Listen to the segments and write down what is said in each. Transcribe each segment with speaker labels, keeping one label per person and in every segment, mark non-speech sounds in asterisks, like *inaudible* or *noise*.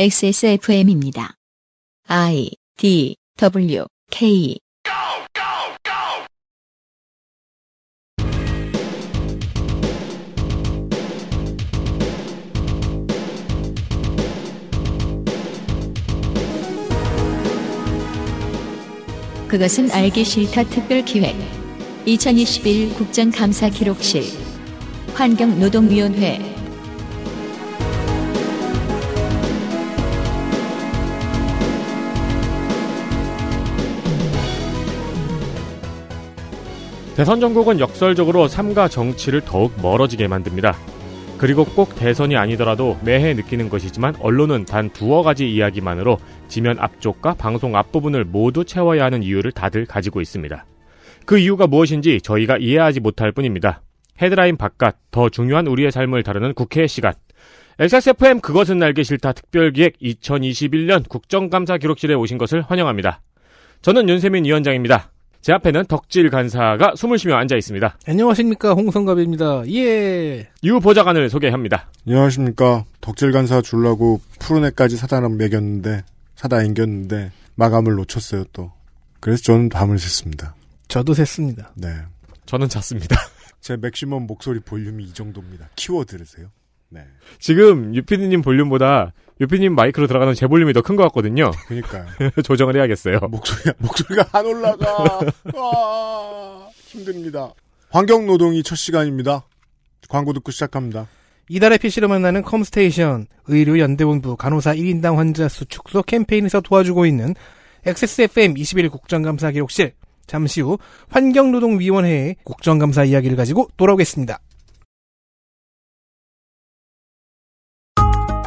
Speaker 1: XSFM입니다. I D W K 그것은 알기 싫다 특별 기획 2021 국정감사 기록실 환경노동위원회
Speaker 2: 대선 전국은 역설적으로 삶과 정치를 더욱 멀어지게 만듭니다. 그리고 꼭 대선이 아니더라도 매해 느끼는 것이지만 언론은 단 두어 가지 이야기만으로 지면 앞쪽과 방송 앞부분을 모두 채워야 하는 이유를 다들 가지고 있습니다. 그 이유가 무엇인지 저희가 이해하지 못할 뿐입니다. 헤드라인 바깥, 더 중요한 우리의 삶을 다루는 국회의 시간. XSFM 그것은 알기 싫다 특별기획 2021년 국정감사 기록실에 오신 것을 환영합니다. 저는 윤세민 위원장입니다. 제 앞에는 덕질 간사가 숨을 쉬며 앉아 있습니다.
Speaker 3: 안녕하십니까 홍성갑입니다. 예.
Speaker 2: 유 보좌관을 소개합니다.
Speaker 4: 안녕하십니까. 덕질 간사 줄라고 푸른애까지 사다 먹였는데, 사다 앵겼는데, 마감을 놓쳤어요, 또. 그래서 저는 밤을 샜습니다.
Speaker 3: 저도 샜습니다.
Speaker 4: 네.
Speaker 2: 저는 잤습니다. *laughs*
Speaker 4: 제 맥시멈 목소리 볼륨이 이 정도입니다. 키워 들으세요. 네.
Speaker 2: 지금 유피디님 볼륨보다 유피님 마이크로 들어가는 제 볼륨이 더 큰 것 같거든요. *laughs*
Speaker 4: 그니까요.
Speaker 2: 조정을 해야겠어요.
Speaker 4: 목소리가, 목소리가 안 올라가. 아, 힘듭니다. 환경노동이 첫 시간입니다. 광고 듣고 시작합니다.
Speaker 3: 이달의 PC로 만나는 컴스테이션, 의료연대본부 간호사 1인당 환자 수 축소 캠페인에서 도와주고 있는 XSFM 21 국정감사 기록실. 잠시 후 환경노동위원회의 국정감사 이야기를 가지고 돌아오겠습니다.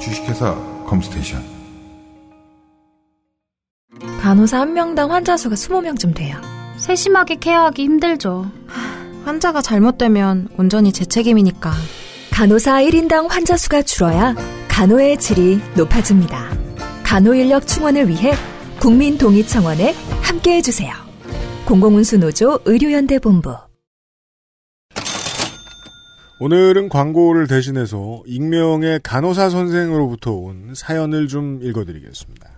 Speaker 5: 주식회사 컴스테이션
Speaker 6: 간호사 한명당 환자 수가 20명쯤 돼요.
Speaker 7: 세심하게 케어하기 힘들죠.
Speaker 6: 환자가 잘못되면 온전히 제 책임이니까. 간호사 1인당 환자 수가 줄어야 간호의 질이 높아집니다. 간호 인력 충원을 위해 국민 동의 청원에 함께 해주세요. 공공운수 노조 의료연대 본부.
Speaker 4: 오늘은 광고를 대신해서 익명의 간호사 선생으로부터 온 사연을 좀 읽어드리겠습니다.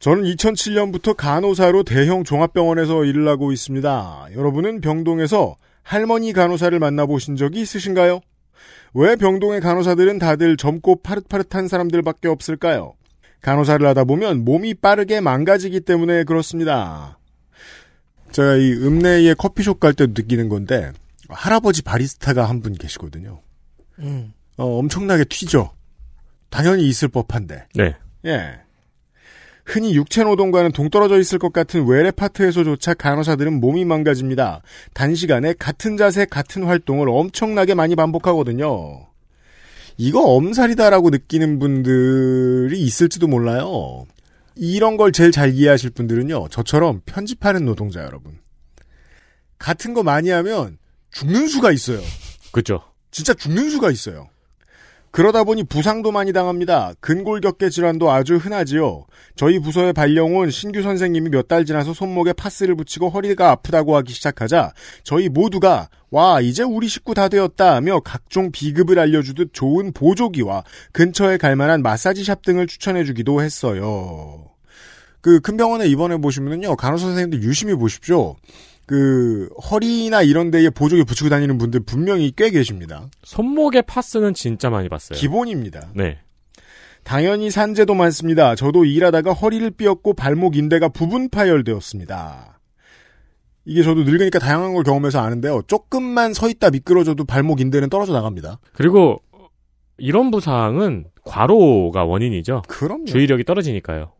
Speaker 4: 저는 2007년부터 간호사로 대형 종합병원에서 일을 하고 있습니다. 여러분은 병동에서 할머니 간호사를 만나보신 적이 있으신가요? 왜 병동의 간호사들은 다들 젊고 파릇파릇한 사람들밖에 없을까요? 간호사를 하다 보면 몸이 빠르게 망가지기 때문에 그렇습니다. 제가 이 읍내의 커피숍 갈 때도 느끼는 건데, 할아버지 바리스타가 한 분 계시거든요.
Speaker 3: 음.
Speaker 4: 어, 엄청나게 튀죠. 당연히 있을 법한데.
Speaker 2: 네.
Speaker 4: 예. 흔히 육체노동과는 동떨어져 있을 것 같은 외래 파트에서조차 간호사들은 몸이 망가집니다. 단시간에 같은 자세, 같은 활동을 엄청나게 많이 반복하거든요. 이거 엄살이다라고 느끼는 분들이 있을지도 몰라요. 이런 걸 제일 잘 이해하실 분들은요, 저처럼 편집하는 노동자 여러분. 같은 거 많이 하면 죽는 수가 있어요.
Speaker 2: 그죠.
Speaker 4: 진짜 죽는 수가 있어요. 그러다 보니 부상도 많이 당합니다. 근골격계 질환도 아주 흔하지요. 저희 부서에 발령온 신규 선생님이 몇 달 지나서 손목에 파스를 붙이고 허리가 아프다고 하기 시작하자 저희 모두가 와 이제 우리 식구 다 되었다며 각종 비급을 알려주듯 좋은 보조기와 근처에 갈만한 마사지샵 등을 추천해주기도 했어요. 그 큰 병원에 입원해 보시면요 간호사 선생님들 유심히 보십시오. 그 허리나 이런 데에 보조기 붙이고 다니는 분들 분명히 꽤 계십니다.
Speaker 2: 손목에 파스는 진짜 많이 봤어요.
Speaker 4: 기본입니다.
Speaker 2: 네.
Speaker 4: 당연히 산재도 많습니다. 저도 일하다가 허리를 삐었고 발목 인대가 부분 파열되었습니다. 이게 저도 늙으니까 다양한 걸 경험해서 아는데요. 조금만 서 있다 미끄러져도 발목 인대는 떨어져 나갑니다.
Speaker 2: 그리고 이런 부상은 과로가 원인이죠.
Speaker 4: 그럼요.
Speaker 2: 주의력이 떨어지니까요.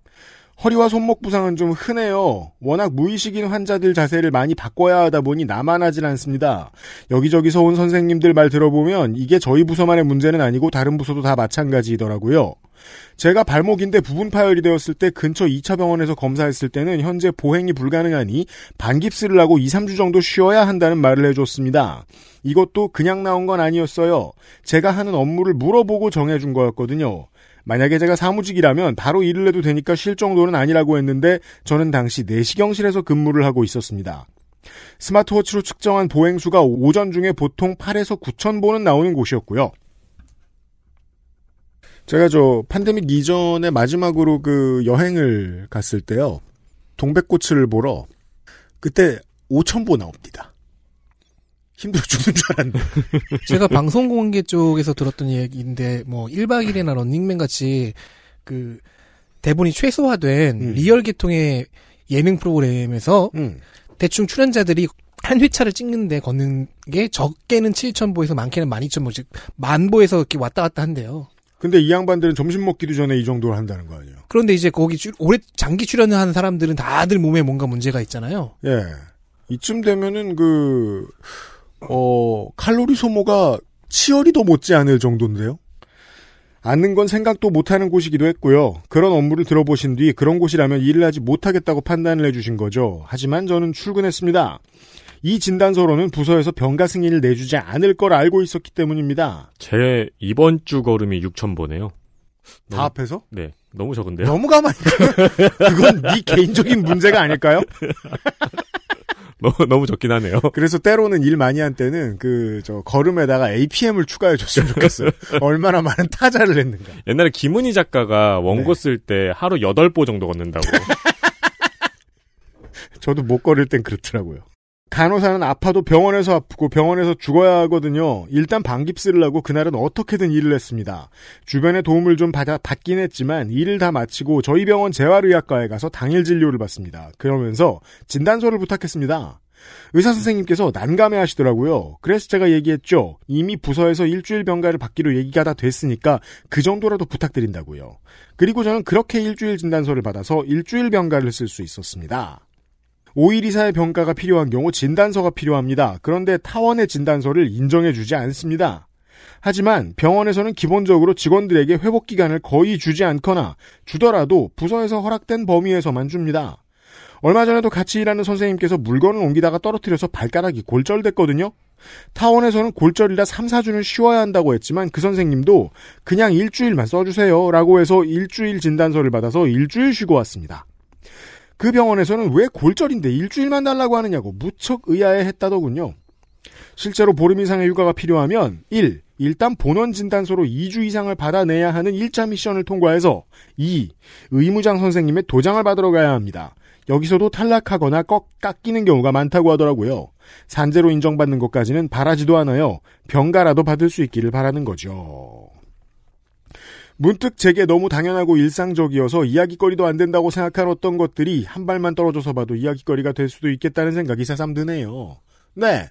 Speaker 4: 허리와 손목 부상은 좀 흔해요. 워낙 무의식인 환자들 자세를 많이 바꿔야 하다 보니 나만 하질 않습니다. 여기저기서 온 선생님들 말 들어보면 이게 저희 부서만의 문제는 아니고 다른 부서도 다 마찬가지더라고요. 제가 발목인데 부분 파열이 되었을 때 근처 2차 병원에서 검사했을 때는 현재 보행이 불가능하니 반깁스를 하고 2, 3주 정도 쉬어야 한다는 말을 해줬습니다. 이것도 그냥 나온 건 아니었어요. 제가 하는 업무를 물어보고 정해준 거였거든요. 만약에 제가 사무직이라면 바로 일을 해도 되니까 쉴 정도는 아니라고 했는데 저는 당시 내시경실에서 근무를 하고 있었습니다. 스마트워치로 측정한 보행수가 오전 중에 보통 8에서 9천 보는 나오는 곳이었고요. 제가 저 팬데믹 이전에 마지막으로 그 여행을 갔을 때요. 동백꽃을 보러 그때 5천 보 나옵니다. 힘들어 죽는 줄 알았는데.
Speaker 3: 제가 방송 공개 쪽에서 들었던 얘기인데 뭐 1박 2일이나 런닝맨 같이 그 대본이 최소화된
Speaker 4: 음.
Speaker 3: 리얼 계통의 예능 프로그램에서
Speaker 4: 음.
Speaker 3: 대충 출연자들이 한 회차를 찍는데 걷는 게 적게는 7,000보에서 많게는 12,000보, 즉, 만보에서 이렇게 왔다 갔다 한대요.
Speaker 4: 근데 이 양반들은 점심 먹기도 전에 이 정도를 한다는 거 아니에요?
Speaker 3: 그런데 이제 거기 주- 오래 장기 출연을 하는 사람들은 다들 몸에 뭔가 문제가 있잖아요.
Speaker 4: 예. 이쯤 되면은 그, 어, 칼로리 소모가 치열이도 못지 않을 정도인데요? 앉는 건 생각도 못하는 곳이기도 했고요. 그런 업무를 들어보신 뒤 그런 곳이라면 일을 하지 못하겠다고 판단을 해주신 거죠. 하지만 저는 출근했습니다. 이 진단서로는 부서에서 병가 승인을 내주지 않을 걸 알고 있었기 때문입니다.
Speaker 2: 제 이번 주 걸음이 6천 보네요.
Speaker 4: 다 앞에서?
Speaker 2: 네, 너무 적은데요.
Speaker 4: 너무 가만히 있어요. *laughs* 그건 네 개인적인 문제가 아닐까요?
Speaker 2: *laughs* 너무 너무 적긴
Speaker 4: *laughs*
Speaker 2: 하네요.
Speaker 4: 그래서 때로는 일 많이 한 때는 그 저 걸음에다가 APM을 추가해 줬으면 좋겠어요. 얼마나 많은 타자를 했는가.
Speaker 2: 옛날에 김은희 작가가 원고
Speaker 4: 네.
Speaker 2: 쓸 때 하루 8보 정도
Speaker 4: *laughs*
Speaker 2: 걷는다고.
Speaker 4: 저도 못 걸을 땐 그렇더라고요. 간호사는 아파도 병원에서 아프고 병원에서 죽어야 하거든요. 일단 방깁스를 하고 그날은 어떻게든 일을 했습니다. 주변에 도움을 좀 받아, 받긴 했지만 일을 다 마치고 저희 병원 재활의학과에 가서 당일 진료를 받습니다. 그러면서 진단서를 부탁했습니다. 의사 선생님께서 난감해 하시더라고요. 그래서 제가 얘기했죠. 이미 부서에서 일주일 병가를 받기로 얘기가 다 됐으니까 그 정도라도 부탁드린다고요. 그리고 저는 그렇게 일주일 진단서를 받아서 일주일 병가를 쓸 수 있었습니다. 5일 이상의 병가가 필요한 경우 진단서가 필요합니다. 그런데 타원의 진단서를 인정해주지 않습니다. 하지만 병원에서는 기본적으로 직원들에게 회복 기간을 거의 주지 않거나 주더라도 부서에서 허락된 범위에서만 줍니다. 얼마 전에도 같이 일하는 선생님께서 물건을 옮기다가 떨어뜨려서 발가락이 골절됐거든요. 타원에서는 골절이라 3, 4주는 쉬어야 한다고 했지만 그 선생님도 그냥 일주일만 써주세요 라고 해서 일주일 진단서를 받아서 일주일 쉬고 왔습니다. 그 병원에서는 왜 골절인데 일주일만 달라고 하느냐고 무척 의아해 했다더군요. 실제로 보름 이상의 휴가가 필요하면 1. 일단 본원 진단서로 2주 이상을 받아내야 하는 1차 미션을 통과해서 2. 의무장 선생님의 도장을 받으러 가야 합니다. 여기서도 탈락하거나 꺾, 깎이는 경우가 많다고 하더라고요. 산재로 인정받는 것까지는 바라지도 않아요. 병가라도 받을 수 있기를 바라는 거죠. 문득 제게 너무 당연하고 일상적이어서 이야기거리도 안 된다고 생각한 어떤 것들이 한 발만 떨어져서 봐도 이야기거리가 될 수도 있겠다는 생각이 새삼 드네요. 네.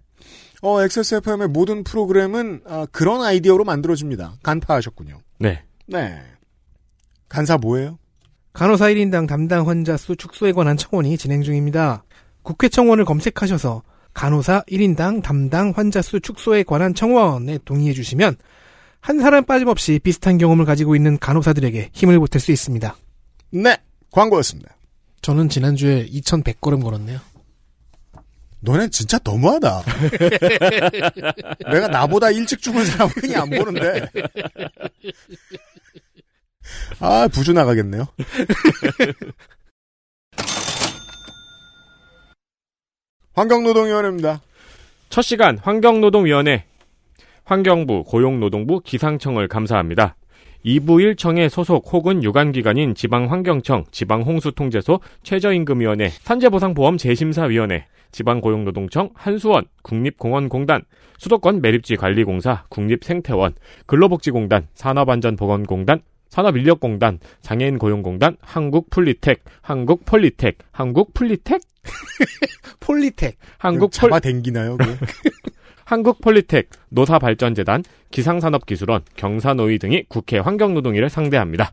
Speaker 4: 어, XSFM의 모든 프로그램은 아, 그런 아이디어로 만들어집니다. 간파하셨군요.
Speaker 2: 네.
Speaker 4: 네. 간사 뭐예요?
Speaker 3: 간호사 1인당 담당 환자 수 축소에 관한 청원이 진행 중입니다. 국회 청원을 검색하셔서 간호사 1인당 담당 환자 수 축소에 관한 청원에 동의해 주시면 한 사람 빠짐없이 비슷한 경험을 가지고 있는 간호사들에게 힘을 보탤 수 있습니다.
Speaker 4: 네. 광고였습니다.
Speaker 3: 저는 지난주에 2100걸음 걸었네요.
Speaker 4: 너넨 진짜 너무하다. 내가 나보다 일찍 죽은 사람 흔히 안 보는데. 아, 부주 나가겠네요. 환경노동위원회입니다.
Speaker 2: 첫 시간 환경노동위원회 환경부, 고용노동부, 기상청을 감사합니다. 2부 1청의 소속 혹은 유관기관인 지방환경청, 지방홍수통제소, 최저임금위원회, 산재보상보험 재심사위원회, 지방고용노동청, 한수원, 국립공원공단, 수도권 매립지관리공사, 국립생태원, 근로복지공단, 산업안전보건공단, 산업인력공단, 장애인고용공단, 한국폴리텍, 한국폴리텍, 한국폴리텍,
Speaker 3: 폴리텍.
Speaker 4: 그
Speaker 2: 한국폴
Speaker 4: 잡아댕기나요? 그거?
Speaker 2: 한국폴리텍, 노사발전재단, 기상산업기술원, 경사노위 등이 국회 환경노동위를 상대합니다.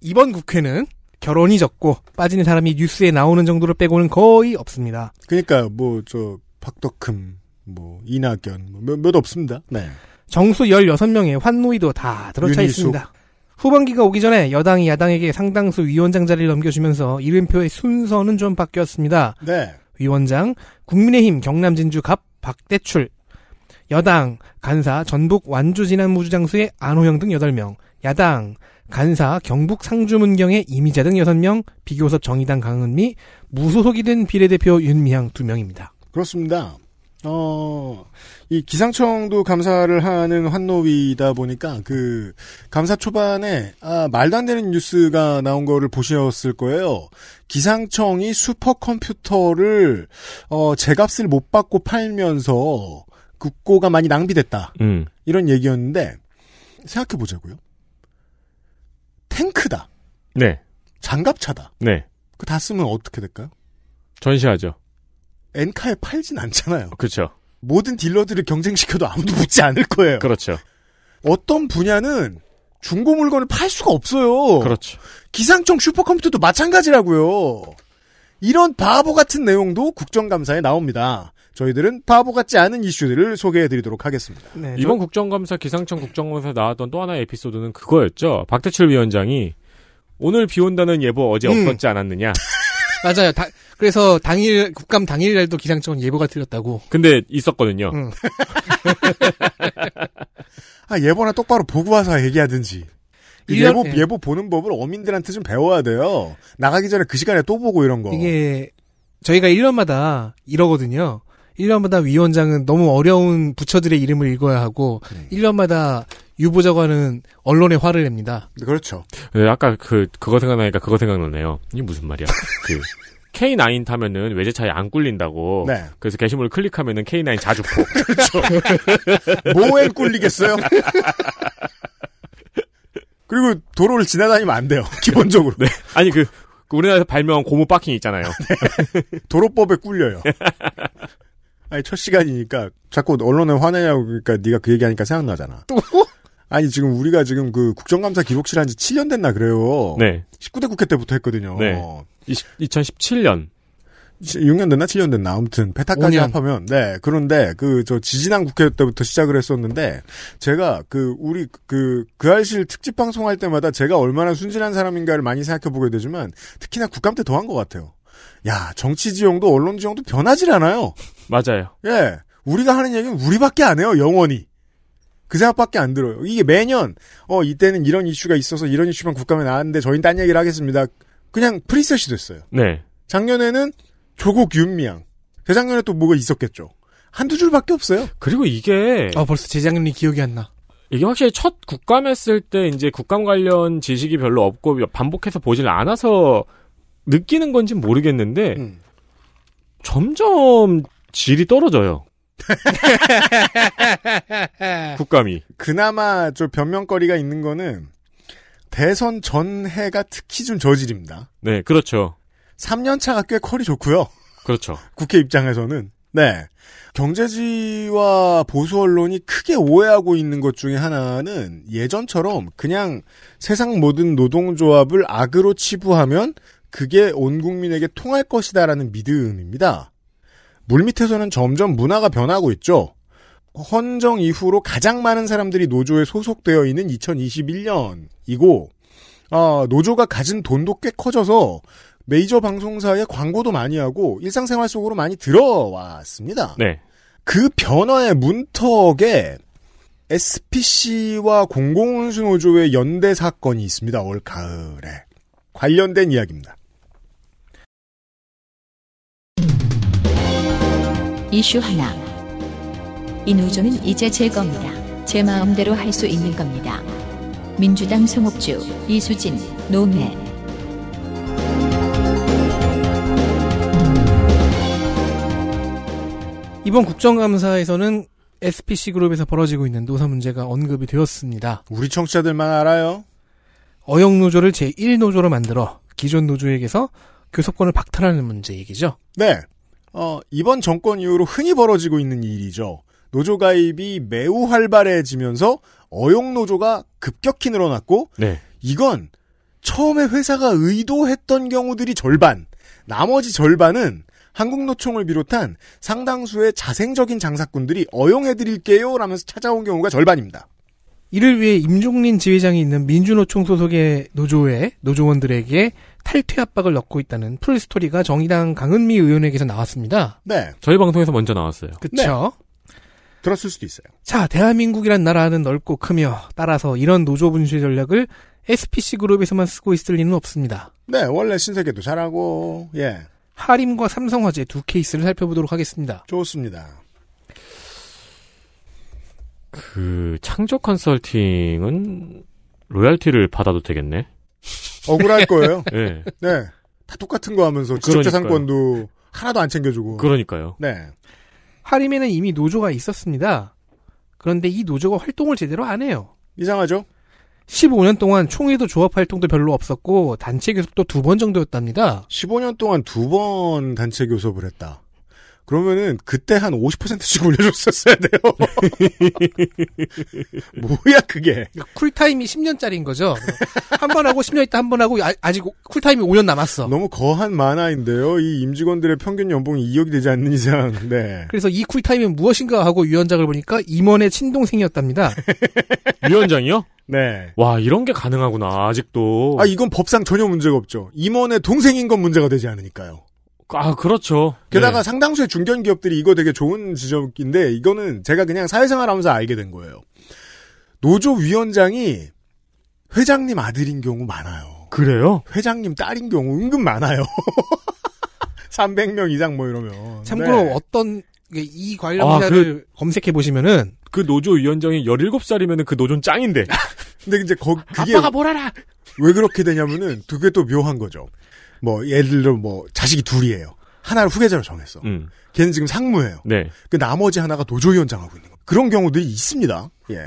Speaker 3: 이번 국회는 결혼이 적고 빠지는 사람이 뉴스에 나오는 정도를 빼고는 거의 없습니다.
Speaker 4: 그러니까 뭐 저 박덕흠, 뭐 이낙연 뭐 몇, 몇 없습니다. 네.
Speaker 3: 정수 16명의 환노이도 다 들어차
Speaker 4: 윤희숙.
Speaker 3: 있습니다. 후반기가 오기 전에 여당이 야당에게 상당수 위원장 자리를 넘겨주면서 이름표의 순서는 좀 바뀌었습니다.
Speaker 4: 네.
Speaker 3: 위원장, 국민의힘 경남 진주 갑 박대출, 여당 간사 전북 완주 진안 무주장수의 안호영 등 8명, 야당 간사 경북 상주 문경의 이미자 등 6명, 비교섭 정의당 강은미, 무소속이 된 비례대표 윤미향 2명입니다.
Speaker 4: 그렇습니다. 어, 이 기상청도 감사를 하는 환노위다 보니까 그 감사 초반에 아, 말도 안 되는 뉴스가 나온 거를 보셨을 거예요. 기상청이 슈퍼컴퓨터를 어, 제값을 못 받고 팔면서 국고가 많이 낭비됐다.
Speaker 2: 음.
Speaker 4: 이런 얘기였는데 생각해 보자고요. 탱크다.
Speaker 2: 네.
Speaker 4: 장갑차다.
Speaker 2: 네.
Speaker 4: 그 다 쓰면 어떻게 될까요?
Speaker 2: 전시하죠.
Speaker 4: 엔카에 팔진 않잖아요.
Speaker 2: 그렇죠.
Speaker 4: 모든 딜러들을 경쟁시켜도 아무도 붙지 않을 거예요.
Speaker 2: 그렇죠.
Speaker 4: 어떤 분야는 중고 물건을 팔 수가 없어요.
Speaker 2: 그렇죠.
Speaker 4: 기상청 슈퍼컴퓨터도 마찬가지라고요. 이런 바보 같은 내용도 국정감사에 나옵니다. 저희들은 바보 같지 않은 이슈들을 소개해드리도록 하겠습니다.
Speaker 3: 네,
Speaker 2: 이번 국정감사 기상청 국정감사 나왔던 또 하나의 에피소드는 그거였죠. 박대출 위원장이 오늘 비 온다는 예보 어제
Speaker 3: 음.
Speaker 2: 없었지 않았느냐.
Speaker 3: 맞아요. 다- 그래서 당일 국감 당일날도 기상청은 예보가 틀렸다고.
Speaker 2: 근데 있었거든요.
Speaker 3: 음.
Speaker 4: 아, 예보나 똑바로 보고 와서 얘기하든지. 이
Speaker 3: 일년-
Speaker 4: 예보,
Speaker 3: 예.
Speaker 4: 예보 보는 법을 어민들한테 좀 배워야 돼요. 나가기 전에 그 시간에 또 보고 이런 거.
Speaker 3: 이게 저희가 1년마다 이러거든요. 1년마다 위원장은 너무 어려운 부처들의 이름을 읽어야 하고 1년마다 유보자관은 언론에 화를 냅니다.
Speaker 4: 그렇죠.
Speaker 2: 네, 아까 그 그거 생각나니까 그거 생각나네요. 이게 무슨 말이야? 그 K9 타면은 외제차에 안 꿀린다고.
Speaker 4: 네.
Speaker 2: 그래서 게시물을 클릭하면은 K9 자주포.
Speaker 4: 뭐엔 꿀리겠어요? 그리고 도로를 지나다니면
Speaker 2: *laughs*
Speaker 4: 안 돼요. 기본적으로.
Speaker 2: 아니 그, 그 우리나라에서 발명한 고무 바킹 있잖아요.
Speaker 4: 도로법에 꿀려요. 아니 첫 시간이니까 자꾸 언론에 화내냐고 그러니까 네가 그 얘기하니까 생각나잖아.
Speaker 3: 또?
Speaker 2: 뭐?
Speaker 4: 아니 지금 우리가 지금 그 국정감사 기록실 한 지 7년 됐나 그래요.
Speaker 2: 네.
Speaker 4: 19대 국회 때부터 했거든요.
Speaker 2: 네. 2017년
Speaker 4: 6년 됐나 7년 됐나 아무튼 페타까지
Speaker 3: 5년.
Speaker 4: 합하면 네 그런데 그 저 지지난 국회 때부터 시작을 했었는데 제가 그 우리 그 그알실 특집 방송할 때마다 제가 얼마나 순진한 사람인가를 많이 생각해 보게 되지만 특히나 국감 때 더 한 것 같아요. 야 정치 지형도 언론 지형도 변하질 않아요.
Speaker 2: 맞아요.
Speaker 4: 예. 우리가 하는 얘기는 우리밖에 안 해요, 영원히. 그 생각밖에 안 들어요. 이게 매년, 어, 이때는 이런 이슈가 있어서 이런 이슈만 국감에 나왔는데 저희는 딴 얘기를 하겠습니다. 그냥 프리셋이 됐어요.
Speaker 2: 네.
Speaker 4: 작년에는 조국 윤미향. 재작년에 또 뭐가 있었겠죠. 한두 줄밖에 없어요.
Speaker 2: 그리고 이게
Speaker 3: 아 벌써 재작년이 기억이 안 나.
Speaker 2: 이게 확실히 첫 국감했을 때 이제 국감 관련 지식이 별로 없고 반복해서 보질 않아서 느끼는 건지 모르겠는데
Speaker 4: 음.
Speaker 2: 점점 질이 떨어져요. 국감이
Speaker 4: 그나마 저 변명거리가 있는 거는 대선 전해가 특히 좀 저질입니다.
Speaker 2: 네 그렇죠
Speaker 4: 3년차가 꽤 퀄이 좋고요.
Speaker 2: 그렇죠
Speaker 4: 국회 입장에서는 네 경제지와 보수 언론이 크게 오해하고 있는 것 중에 하나는 예전처럼 그냥 세상 모든 노동조합을 악으로 치부하면 그게 온 국민에게 통할 것이다라는 믿음입니다. 물밑에서는 점점 문화가 변하고 있죠. 헌정 이후로 가장 많은 사람들이 노조에 소속되어 있는 2021년이고 아, 노조가 가진 돈도 꽤 커져서 메이저 방송사에 광고도 많이 하고 일상생활 속으로 많이 들어왔습니다.
Speaker 2: 네
Speaker 4: 그 변화의 문턱에 SPC와 공공운수노조의 연대 사건이 있습니다. 올 가을에 관련된 이야기입니다.
Speaker 1: 이슈 하나. 이 노조는 이제 제 겁니다. 제 마음대로 할 수 있는 겁니다. 민주당 송옥주, 이수진, 노무현.
Speaker 3: 이번 국정감사에서는 SPC 그룹에서 벌어지고 있는 노사 문제가 언급이 되었습니다.
Speaker 4: 우리 청취자들만 알아요.
Speaker 3: 어영 노조를 제1 노조로 만들어 기존 노조에게서 교섭권을 박탈하는 문제 얘기죠.
Speaker 4: 네. 어, 이번 정권 이후로 흔히 벌어지고 있는 일이죠. 노조 가입이 매우 활발해지면서 어용 노조가 급격히 늘어났고
Speaker 2: 네.
Speaker 4: 이건 처음에 회사가 의도했던 경우들이 절반, 나머지 절반은 한국노총을 비롯한 상당수의 자생적인 장사꾼들이 어용해드릴게요 라면서 찾아온 경우가 절반입니다.
Speaker 3: 이를 위해 임종린 지회장이 있는 민주노총 소속의 노조에 노조원들에게 탈퇴 압박을 넣고 있다는 풀스토리가 정의당 강은미 의원에게서 나왔습니다.
Speaker 4: 네,
Speaker 2: 저희 방송에서 먼저 나왔어요.
Speaker 3: 그쵸?
Speaker 4: 들었을 수도 있어요.
Speaker 3: 자, 대한민국이란 나라는 넓고 크며 따라서 이런 노조 분쇄 전략을 SPC 그룹에서만 쓰고 있을 리는 없습니다.
Speaker 4: 네, 원래 신세계도 잘하고, 예,
Speaker 3: 하림과 삼성화재 두 케이스를 살펴보도록 하겠습니다.
Speaker 4: 좋습니다.
Speaker 2: 그 창조 컨설팅은 로얄티를 받아도 되겠네. *laughs*
Speaker 4: 억울할 거예요.
Speaker 2: 예.
Speaker 4: 네, 다 똑같은 거 하면서 지적재산권도 하나도 안 챙겨주고.
Speaker 2: 어. 그러니까요.
Speaker 4: 네,
Speaker 3: 하림에는 이미 노조가 있었습니다. 그런데 이 노조가 활동을 제대로 안 해요.
Speaker 4: 이상하죠?
Speaker 3: 15년 동안 총회도 조합 활동도 별로 없었고 단체 교섭도 두 번 정도였답니다.
Speaker 4: 15년 동안 두 번 단체 교섭을 했다. 그러면은 그때 한 50%씩 올려줬었어야 돼요. *laughs* 뭐야 그게?
Speaker 3: 그러니까 쿨타임이 10년짜리인 거죠. 한 번 하고 10년 있다 한 번 하고 아, 직 쿨타임이 5년 남았어.
Speaker 4: 너무 거한 만화인데요. 이 임직원들의 평균 연봉이 2억이 되지 않는 이상. 네.
Speaker 3: 그래서 이 쿨타임은 무엇인가 하고 유연작을 보니까 임원의 친동생이었답니다.
Speaker 2: 위원장이요?
Speaker 4: 네.
Speaker 2: 와 이런 게 가능하구나 아직도.
Speaker 4: 아 이건 법상 전혀 문제가 없죠. 임원의 동생인 건 문제가 되지 않으니까요.
Speaker 2: 아 그렇죠.
Speaker 4: 게다가 상당수의 중견 기업들이 이거 되게 좋은 지적인데 이거는 제가 그냥 사회생활하면서 알게 된 거예요. 노조 위원장이 회장님 아들인 경우 많아요.
Speaker 2: 그래요?
Speaker 4: 회장님 딸인 경우 은근 많아요. *laughs* 300명 이상 뭐 이러면.
Speaker 3: 참고로
Speaker 4: 네.
Speaker 3: 어떤 이게 이 관련
Speaker 2: 아,
Speaker 4: 그
Speaker 3: 회사를 검색해 보시면은
Speaker 2: 그 노조 위원장이 17살이면 그 노조는 짱인데.
Speaker 4: 근데 이제 거, 아, 그게
Speaker 3: 아빠가 뭘 알아?
Speaker 4: 왜 그렇게 되냐면은 그게 또 묘한 거죠. 뭐 예를 들어 뭐 자식이 둘이에요. 하나를 후계자로 정했어.
Speaker 2: 음.
Speaker 4: 걔는 지금 상무예요.
Speaker 2: 네.
Speaker 4: 그 나머지 하나가 도조위원장하고 있는 거. 그런 경우들이 있습니다. 예.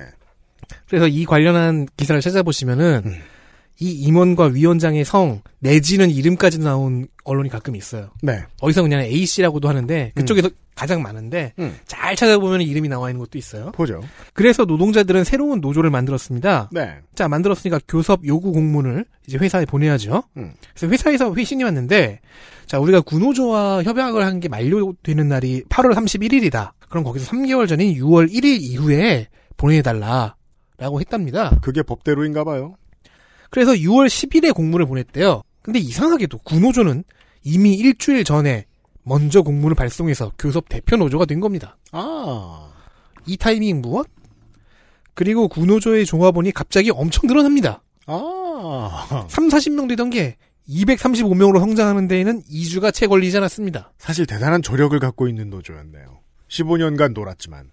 Speaker 3: 그래서 이 관련한 기사를 찾아보시면은
Speaker 4: 음.
Speaker 3: 이 임원과 위원장의 성 내지는 이름까지 나온 언론이 가끔 있어요.
Speaker 4: 네.
Speaker 3: 어디서 그냥 A 씨라고도 하는데 그쪽에서 가장 많은데
Speaker 4: 음.
Speaker 3: 잘 찾아보면 이름이 나와 있는 것도 있어요.
Speaker 4: 보죠.
Speaker 3: 그래서 노동자들은 새로운 노조를 만들었습니다.
Speaker 4: 네.
Speaker 3: 자 만들었으니까 교섭 요구 공문을 이제 회사에 보내야죠.
Speaker 4: 음.
Speaker 3: 그래서 회사에서 회신이 왔는데 자 우리가 구노조와 협약을 한 게 만료되는 날이 8월 31일이다. 그럼 거기서 3개월 전인 6월 1일 이후에 보내달라라고 했답니다.
Speaker 4: 그게 법대로인가 봐요.
Speaker 3: 그래서 6월 10일에 공문을 보냈대요. 근데 이상하게도 구노조는 이미 일주일 전에 먼저 공문을 발송해서 교섭 대표 노조가 된 겁니다.
Speaker 4: 아.
Speaker 3: 이 타이밍 무엇? 그리고 구노조의 종합원이 갑자기 엄청 늘어납니다.
Speaker 4: 아.
Speaker 3: 3, 40명 되던 게 235명으로 성장하는 데에는 2주가 채 걸리지 않았습니다.
Speaker 4: 사실 대단한 저력을 갖고 있는 노조였네요. 15년간 놀았지만.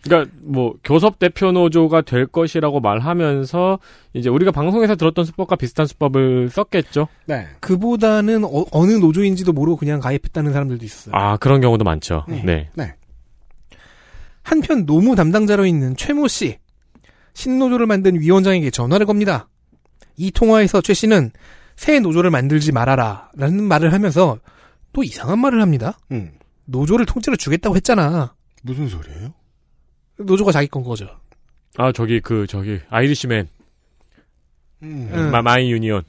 Speaker 2: 그러니까 뭐 교섭 대표 노조가 될 것이라고 말하면서 이제 우리가 방송에서 들었던 수법과 비슷한 수법을 썼겠죠.
Speaker 4: 네.
Speaker 3: 그보다는 어, 느 노조인지도 모르고 그냥 가입했다는 사람들도 있었어요.
Speaker 2: 아 그런 경우도 많죠. 네.
Speaker 4: 네.
Speaker 3: 한편 노무 담당자로 있는 최모 씨 신노조를 만든 위원장에게 전화를 겁니다. 이 통화에서 최 씨는 새 노조를 만들지 말아라라는 말을 하면서 또 이상한 말을 합니다.
Speaker 4: 음.
Speaker 3: 노조를 통째로 주겠다고 했잖아.
Speaker 4: 무슨 소리예요?
Speaker 3: 노조가 자기 건 거죠.
Speaker 2: 아 저기 그 저기 아이리시맨
Speaker 4: 음.
Speaker 3: 음.
Speaker 2: 마, 마이 유니온.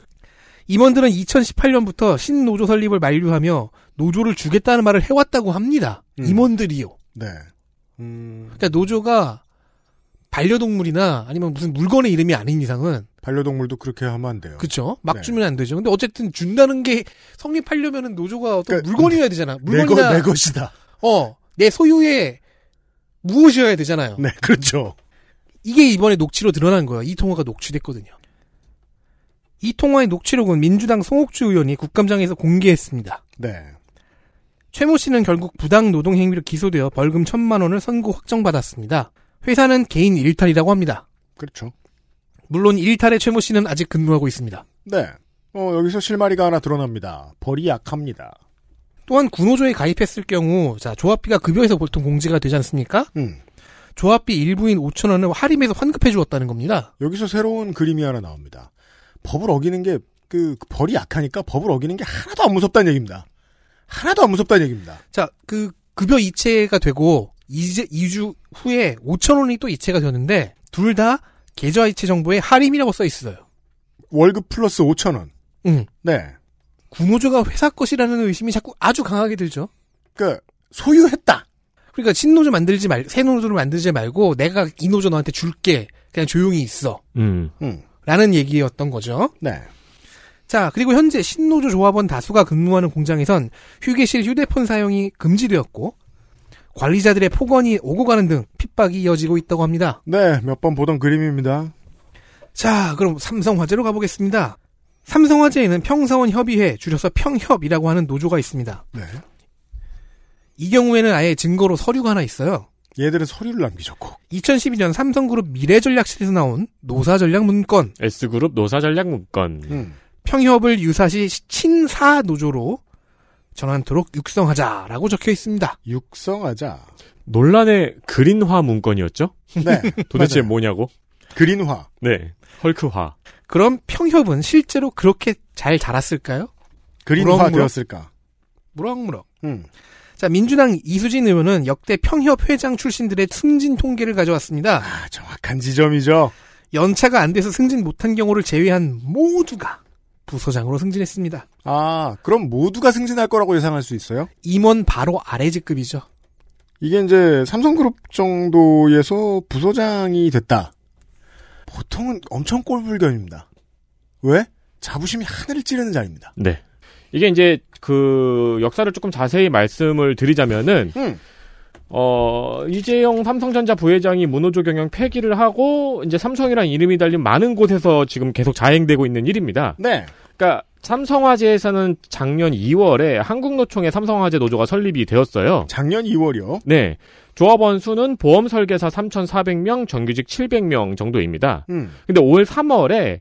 Speaker 3: 임원들은 2018년부터 신노조 설립을 만류하며 노조를 주겠다는 말을 해왔다고 합니다.
Speaker 4: 음.
Speaker 3: 임원들이요.
Speaker 4: 네. 음,
Speaker 3: 그러니까 노조가 반려동물이나 아니면 무슨 물건의 이름이 아닌 이상은
Speaker 4: 반려동물도 그렇게 하면 안 돼요.
Speaker 3: 그쵸? 막
Speaker 4: 네.
Speaker 3: 주면 안 되죠. 근데 어쨌든 준다는 게 성립하려면은 노조가 어떤
Speaker 4: 그러니까
Speaker 3: 물건이어야 되잖아.
Speaker 4: 내, 거,
Speaker 3: 물건이나
Speaker 2: *laughs*
Speaker 4: 내 것이다.
Speaker 3: 어, 내 소유의 무엇이어야 되잖아요.
Speaker 4: 네, 그렇죠.
Speaker 3: 이게 이번에 녹취로 드러난 거예요. 이 통화가 녹취됐거든요. 이 통화의 녹취록은 민주당 송옥주 의원이 국감장에서 공개했습니다.
Speaker 4: 네.
Speaker 3: 최모 씨는 결국 부당 노동 행위로 기소되어 벌금 천만 원을 선고 확정받았습니다. 회사는 개인 일탈이라고 합니다.
Speaker 4: 그렇죠.
Speaker 3: 물론 일탈의 최모 씨는 아직 근무하고 있습니다.
Speaker 4: 네. 어, 여기서 실마리가 하나 드러납니다. 벌이 약합니다.
Speaker 3: 또한 군호조에 가입했을 경우 자 조합비가 급여에서 보통 공제가 되지 않습니까?
Speaker 4: 음.
Speaker 3: 조합비 일부인 5천 원을 할인해서 환급해 주었다는 겁니다.
Speaker 4: 여기서 새로운 그림이 하나 나옵니다. 법을 어기는 게, 그, 그 벌이 약하니까 법을 어기는 게 하나도 안 무섭다는 얘기입니다. 하나도 안 무섭다는 얘기입니다.
Speaker 3: 자 그 급여 이체가 되고 이제 2주 후에 5천 원이 또 이체가 되는데 둘 다 계좌이체 정보에 할인이라고 써 있어요.
Speaker 4: 월급 플러스 5천 원.
Speaker 3: 음.
Speaker 4: 네.
Speaker 3: 구노조가 회사 것이라는 의심이 자꾸 아주 강하게 들죠.
Speaker 4: 그 소유했다.
Speaker 3: 그러니까 신노조 만들지 말, 새 노조를 만들지 말고 내가 이 노조 너한테 줄게. 그냥 조용히 있어.
Speaker 2: 음.
Speaker 4: 음.
Speaker 3: 라는 얘기였던 거죠.
Speaker 4: 네.
Speaker 3: 자, 그리고 현재 신노조 조합원 다수가 근무하는 공장에선 휴게실 휴대폰 사용이 금지되었고, 관리자들의 폭언이 오고 가는 등 핍박이 이어지고 있다고 합니다.
Speaker 4: 네. 몇 번 보던 그림입니다.
Speaker 3: 자, 그럼 삼성화재로 가보겠습니다. 삼성화재에는 평사원 협의회, 줄여서 평협이라고 하는 노조가 있습니다.
Speaker 4: 네.
Speaker 3: 이 경우에는 아예 증거로 서류가 하나 있어요.
Speaker 4: 얘들은 서류를 남기셨고.
Speaker 3: 2012년 삼성그룹 미래전략실에서 나온 노사전략 문건,
Speaker 2: S그룹 노사전략 문건.
Speaker 4: 음.
Speaker 3: 평협을 유사시 친사 노조로 전환토록 육성하자라고 적혀 있습니다.
Speaker 4: 육성하자.
Speaker 2: 논란의 그린화 문건이었죠?
Speaker 4: 네.
Speaker 2: *laughs* 도대체
Speaker 4: 맞아요.
Speaker 2: 뭐냐고?
Speaker 4: 그린화.
Speaker 2: 네. 헐크화.
Speaker 3: 그럼 평협은 실제로 그렇게 잘 자랐을까요?
Speaker 4: 그린화
Speaker 3: 무럭무럭?
Speaker 4: 되었을까?
Speaker 3: 무럭무럭.
Speaker 4: 음.
Speaker 3: 자, 민주당 이수진 의원은 역대 평협 회장 출신들의 승진 통계를 가져왔습니다.
Speaker 4: 아, 정확한 지점이죠.
Speaker 3: 연차가 안 돼서 승진 못한 경우를 제외한 모두가 부서장으로 승진했습니다.
Speaker 4: 아, 그럼 모두가 승진할 거라고 예상할 수 있어요?
Speaker 3: 임원 바로 아래 직급이죠.
Speaker 4: 이게 이제 삼성그룹 정도에서 부서장이 됐다. 보통은 엄청 꼴불견입니다. 왜? 자부심이 하늘을 찌르는 자리입니다.
Speaker 2: 네. 이게 이제 그 역사를 조금 자세히 말씀을 드리자면은
Speaker 4: 음.
Speaker 2: 어 이재용 삼성전자 부회장이 문호조 경영 폐기를 하고 이제 삼성이란 이름이 달린 많은 곳에서 지금 계속 자행되고 있는 일입니다.
Speaker 4: 네.
Speaker 2: 그러니까 삼성화재에서는 작년 2월에 한국노총의 삼성화재 노조가 설립이 되었어요.
Speaker 4: 작년 2월이요.
Speaker 2: 네. 조합원 수는 보험 설계사 3,400명, 정규직 700명 정도입니다.
Speaker 4: 음.
Speaker 2: 근데 올 3월에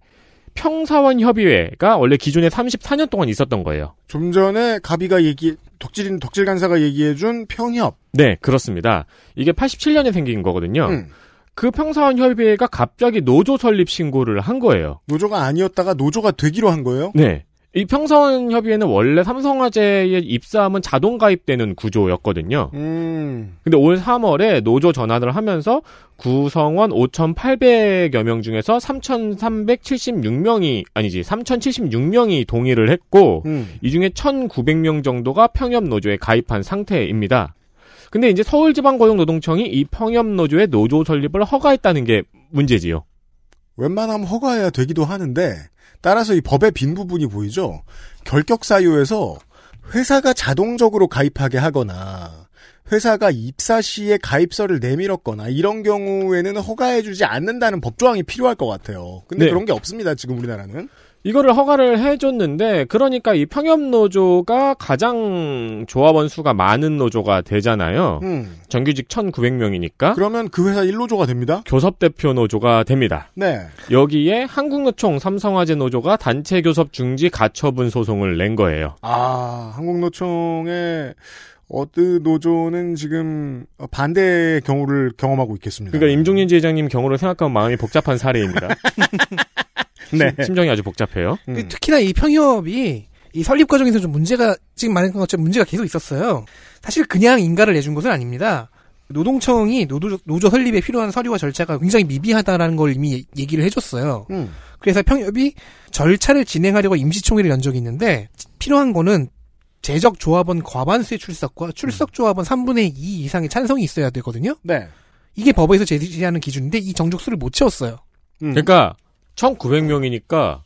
Speaker 2: 평사원 협의회가 원래 기존에 34년 동안 있었던 거예요.
Speaker 4: 좀 전에 가비가 얘기, 덕질인, 덕질 간사가 얘기해준 평협.
Speaker 2: 네, 그렇습니다. 이게 87년에 생긴 거거든요.
Speaker 4: 음.
Speaker 2: 그 평사원 협의회가 갑자기 노조 설립 신고를 한 거예요.
Speaker 4: 노조가 아니었다가 노조가 되기로 한 거예요?
Speaker 2: 네. 이 평사원 협의회는 원래 삼성화재에 입사하면 자동 가입되는 구조였거든요.
Speaker 4: 음.
Speaker 2: 근데 올 3월에 노조 전환을 하면서 구성원 5,800여 명 중에서 3,376명이 아니지 3,076명이 동의를 했고
Speaker 4: 음.
Speaker 2: 이 중에 1,900명 정도가 평협노조에 가입한 상태입니다. 근데 이제 서울지방고용노동청이 이 평협노조의 노조 설립을 허가했다는 게 문제지요.
Speaker 4: 웬만하면 허가해야 되기도 하는데 따라서 이 법의 빈 부분이 보이죠. 결격 사유에서 회사가 자동적으로 가입하게 하거나 회사가 입사 시에 가입서를 내밀었거나 이런 경우에는 허가해주지 않는다는 법조항이 필요할 것 같아요. 근데
Speaker 2: 네.
Speaker 4: 그런 게 없습니다. 지금 우리나라는.
Speaker 2: 이거를 허가를 해줬는데 그러니까 이 평협노조가 가장 조합원 수가 많은 노조가 되잖아요.
Speaker 4: 음.
Speaker 2: 정규직 1,900명이니까
Speaker 4: 그러면 그 회사 1노조가 됩니다.
Speaker 2: 교섭대표 노조가 됩니다.
Speaker 4: 네.
Speaker 2: 여기에 한국노총 삼성화재 노조가 단체 교섭 중지 가처분 소송을 낸 거예요.
Speaker 4: 아 한국노총의 어느 노조는 지금 반대의 경우를 경험하고 있겠습니다.
Speaker 2: 그러니까 임종민 지회장님 경우를 생각하면 마음이 복잡한 사례입니다.
Speaker 4: *laughs* 네.
Speaker 2: 심- 심정이 아주 복잡해요.
Speaker 4: 음.
Speaker 3: 그 특히나 이 평협이 이 설립 과정에서 좀 문제가 지금 말한 것처럼 문제가 계속 있었어요. 사실 그냥 인가를 내준 것은 아닙니다. 노동청이 노조, 노조 설립에 필요한 서류와 절차가 굉장히 미비하다라는 걸 이미 얘- 얘기를 해줬어요.
Speaker 4: 음.
Speaker 3: 그래서 평협이 절차를 진행하려고 임시총회를 연 적이 있는데 필요한 거는 제적 조합원 과반수의 출석과 출석 조합원 3분의 2 이상의 찬성이 있어야 되거든요.
Speaker 4: 네.
Speaker 3: 이게 법에서 제시하는 기준인데 이 정족수를 못 채웠어요.
Speaker 4: 음.
Speaker 2: 그러니까 1,900명이니까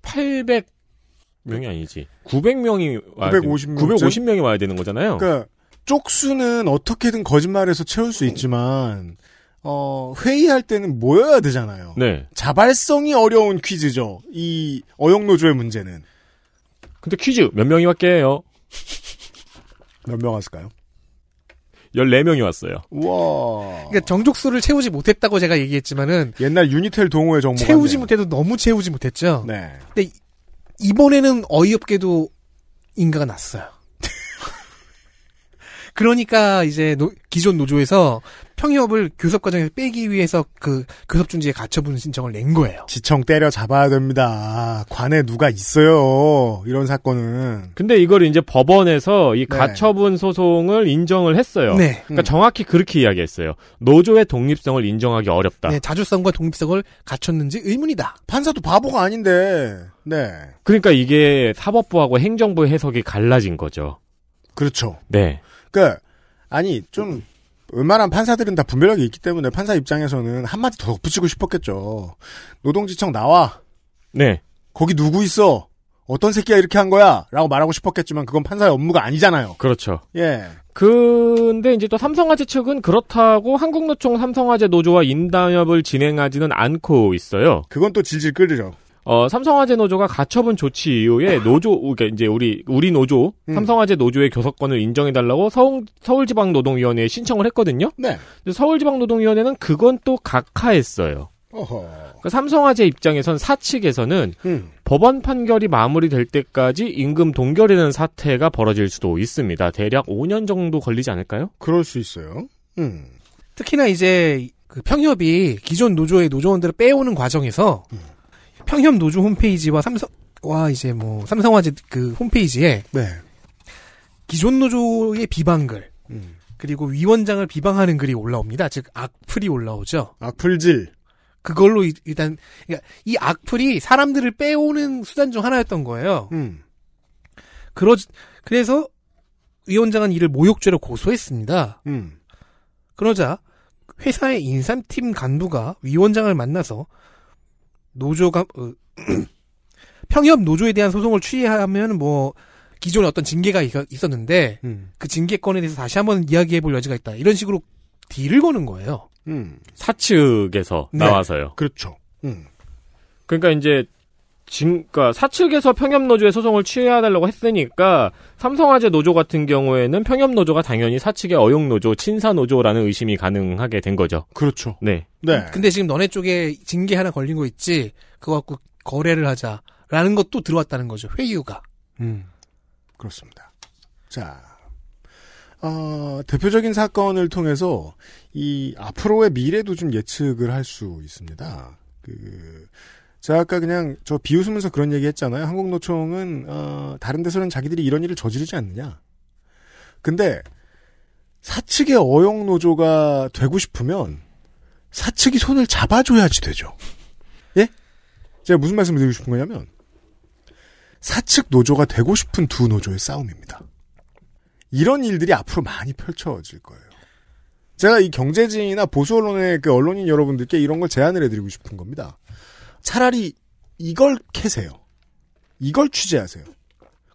Speaker 2: 800명이 아니지. 900명이 와야
Speaker 4: 950 명쯤?
Speaker 2: 950명이 와야 되는
Speaker 3: 어.
Speaker 2: 거잖아요.
Speaker 4: 그러니까 쪽수는 어떻게든 거짓말해서 채울 수 있지만 어, 회의할 때는 모여야 되잖아요.
Speaker 2: 네.
Speaker 4: 자발성이 어려운 퀴즈죠. 이 어용노조의 문제는
Speaker 2: 근데 퀴즈 몇 명이 왔게요?
Speaker 4: 몇 명 왔을까요?
Speaker 2: 14명이 왔어요.
Speaker 4: 우와.
Speaker 3: 그러니까 정족수를 채우지 못했다고 제가 얘기했지만은
Speaker 4: 옛날 유니텔 동호회 정보
Speaker 3: 채우지 못해도 너무 채우지 못했죠.
Speaker 4: 네.
Speaker 3: 이번에는 어이없게도 인가가 났어요. *laughs* 그러니까 이제 노- 기존 노조에서 평협을 교섭 과정에서 빼기 위해서 그 교섭 중지에 가처분 신청을 낸 거예요.
Speaker 4: 지청 때려 잡아야 됩니다. 관에 누가 있어요. 이런 사건은.
Speaker 2: 근데 이걸 이제 법원에서 이
Speaker 4: 네.
Speaker 2: 가처분 소송을 인정을 했어요.
Speaker 3: 네.
Speaker 2: 그러니까
Speaker 4: 음.
Speaker 2: 정확히 그렇게 이야기했어요. 노조의 독립성을 인정하기 어렵다.
Speaker 3: 네, 자주성과 독립성을 갖췄는지 의문이다.
Speaker 4: 판사도 바보가 아닌데. 네.
Speaker 2: 그러니까 이게 사법부하고 행정부의 해석이 갈라진 거죠.
Speaker 4: 그렇죠.
Speaker 2: 네.
Speaker 4: 그러니까 아니 좀 웬만한 판사들은 다 분별력이 있기 때문에 판사 입장에서는 한마디 더 붙이고 싶었겠죠. 노동지청 나와.
Speaker 2: 네.
Speaker 4: 거기 누구 있어? 어떤 새끼가 이렇게 한 거야? 라고 말하고 싶었겠지만 그건 판사의 업무가 아니잖아요.
Speaker 2: 그렇죠.
Speaker 4: 예.
Speaker 2: 근데 이제 또 삼성화재 측은 그렇다고 한국노총 삼성화재 노조와 인담협을 진행하지는 않고 있어요.
Speaker 4: 그건 또 질질 끌리죠.
Speaker 2: 어, 삼성화재 노조가 가처분 조치 *laughs* 이후에 노조, 그러니까 이제 우리, 우리 노조,
Speaker 4: 음.
Speaker 2: 삼성화재 노조의 교섭권을 인정해달라고 서울, 서울지방노동위원회에 신청을 했거든요.
Speaker 4: 네.
Speaker 2: 근데 서울지방노동위원회는 그건 또 각하했어요.
Speaker 4: 어허.
Speaker 2: 그러니까 삼성화재 입장에선 사측에서는
Speaker 4: 음.
Speaker 2: 법원 판결이 마무리될 때까지 임금 동결이라는 사태가 벌어질 수도 있습니다. 대략 5년 정도 걸리지 않을까요?
Speaker 4: 그럴 수 있어요. 음.
Speaker 3: 특히나 이제 그 평협이 기존 노조의 노조원들을 빼오는 과정에서
Speaker 2: 음.
Speaker 3: 평협 노조 홈페이지와 삼성 와 이제 뭐 삼성화재 그 홈페이지에
Speaker 4: 네.
Speaker 3: 기존 노조의 비방글
Speaker 4: 음.
Speaker 3: 그리고 위원장을 비방하는 글이 올라옵니다. 즉 악플이 올라오죠.
Speaker 4: 악플질.
Speaker 3: 그걸로 이- 일단 그러니까 이 악플이 사람들을 빼오는 수단 중 하나였던 거예요.
Speaker 4: 음.
Speaker 3: 그러 그래서 위원장은 이를 모욕죄로 고소했습니다.
Speaker 4: 음.
Speaker 3: 그러자 회사의 인삼팀 간부가 위원장을 만나서 노조가 어, *clears throat* 평협 노조에 대한 소송을 취하면 뭐 기존에 어떤 징계가 있- 있었는데
Speaker 4: 음.
Speaker 3: 그 징계권에 대해서 다시 한번 이야기해 볼 여지가 있다. 이런 식으로 딜을 거는 거예요.
Speaker 4: 음.
Speaker 2: 사측에서
Speaker 3: 네.
Speaker 2: 나와서요.
Speaker 4: 그렇죠. 음.
Speaker 2: 그러니까 이제 진, 그러니까 사측에서 평협노조의 소송을 취해달라고 했으니까 삼성화재 노조 같은 경우에는 평협노조가 당연히 사측의 어용노조, 친사노조라는 의심이 가능하게 된 거죠.
Speaker 4: 그렇죠.
Speaker 2: 네.
Speaker 4: 네.
Speaker 3: 근데 지금 너네 쪽에 징계 하나 걸린 거 있지? 그거 갖고 거래를 하자라는 것도 들어왔다는 거죠. 회유가.
Speaker 4: 음, 그렇습니다. 자, 어, 대표적인 사건을 통해서 이 앞으로의 미래도 좀 예측을 할 수 있습니다. 그, 제가 아까 그냥 저 비웃으면서 그런 얘기 했잖아요. 한국노총은, 어, 다른 데서는 자기들이 이런 일을 저지르지 않느냐. 근데 사측의 어용노조가 되고 싶으면 사측이 손을 잡아줘야지 되죠. 예? 제가 무슨 말씀을 드리고 싶은 거냐면, 사측 노조가 되고 싶은 두 노조의 싸움입니다. 이런 일들이 앞으로 많이 펼쳐질 거예요. 제가 이 경제지나 보수 언론의 그 언론인 여러분들께 이런 걸 제안을 해드리고 싶은 겁니다. 차라리 이걸 캐세요. 이걸 취재하세요.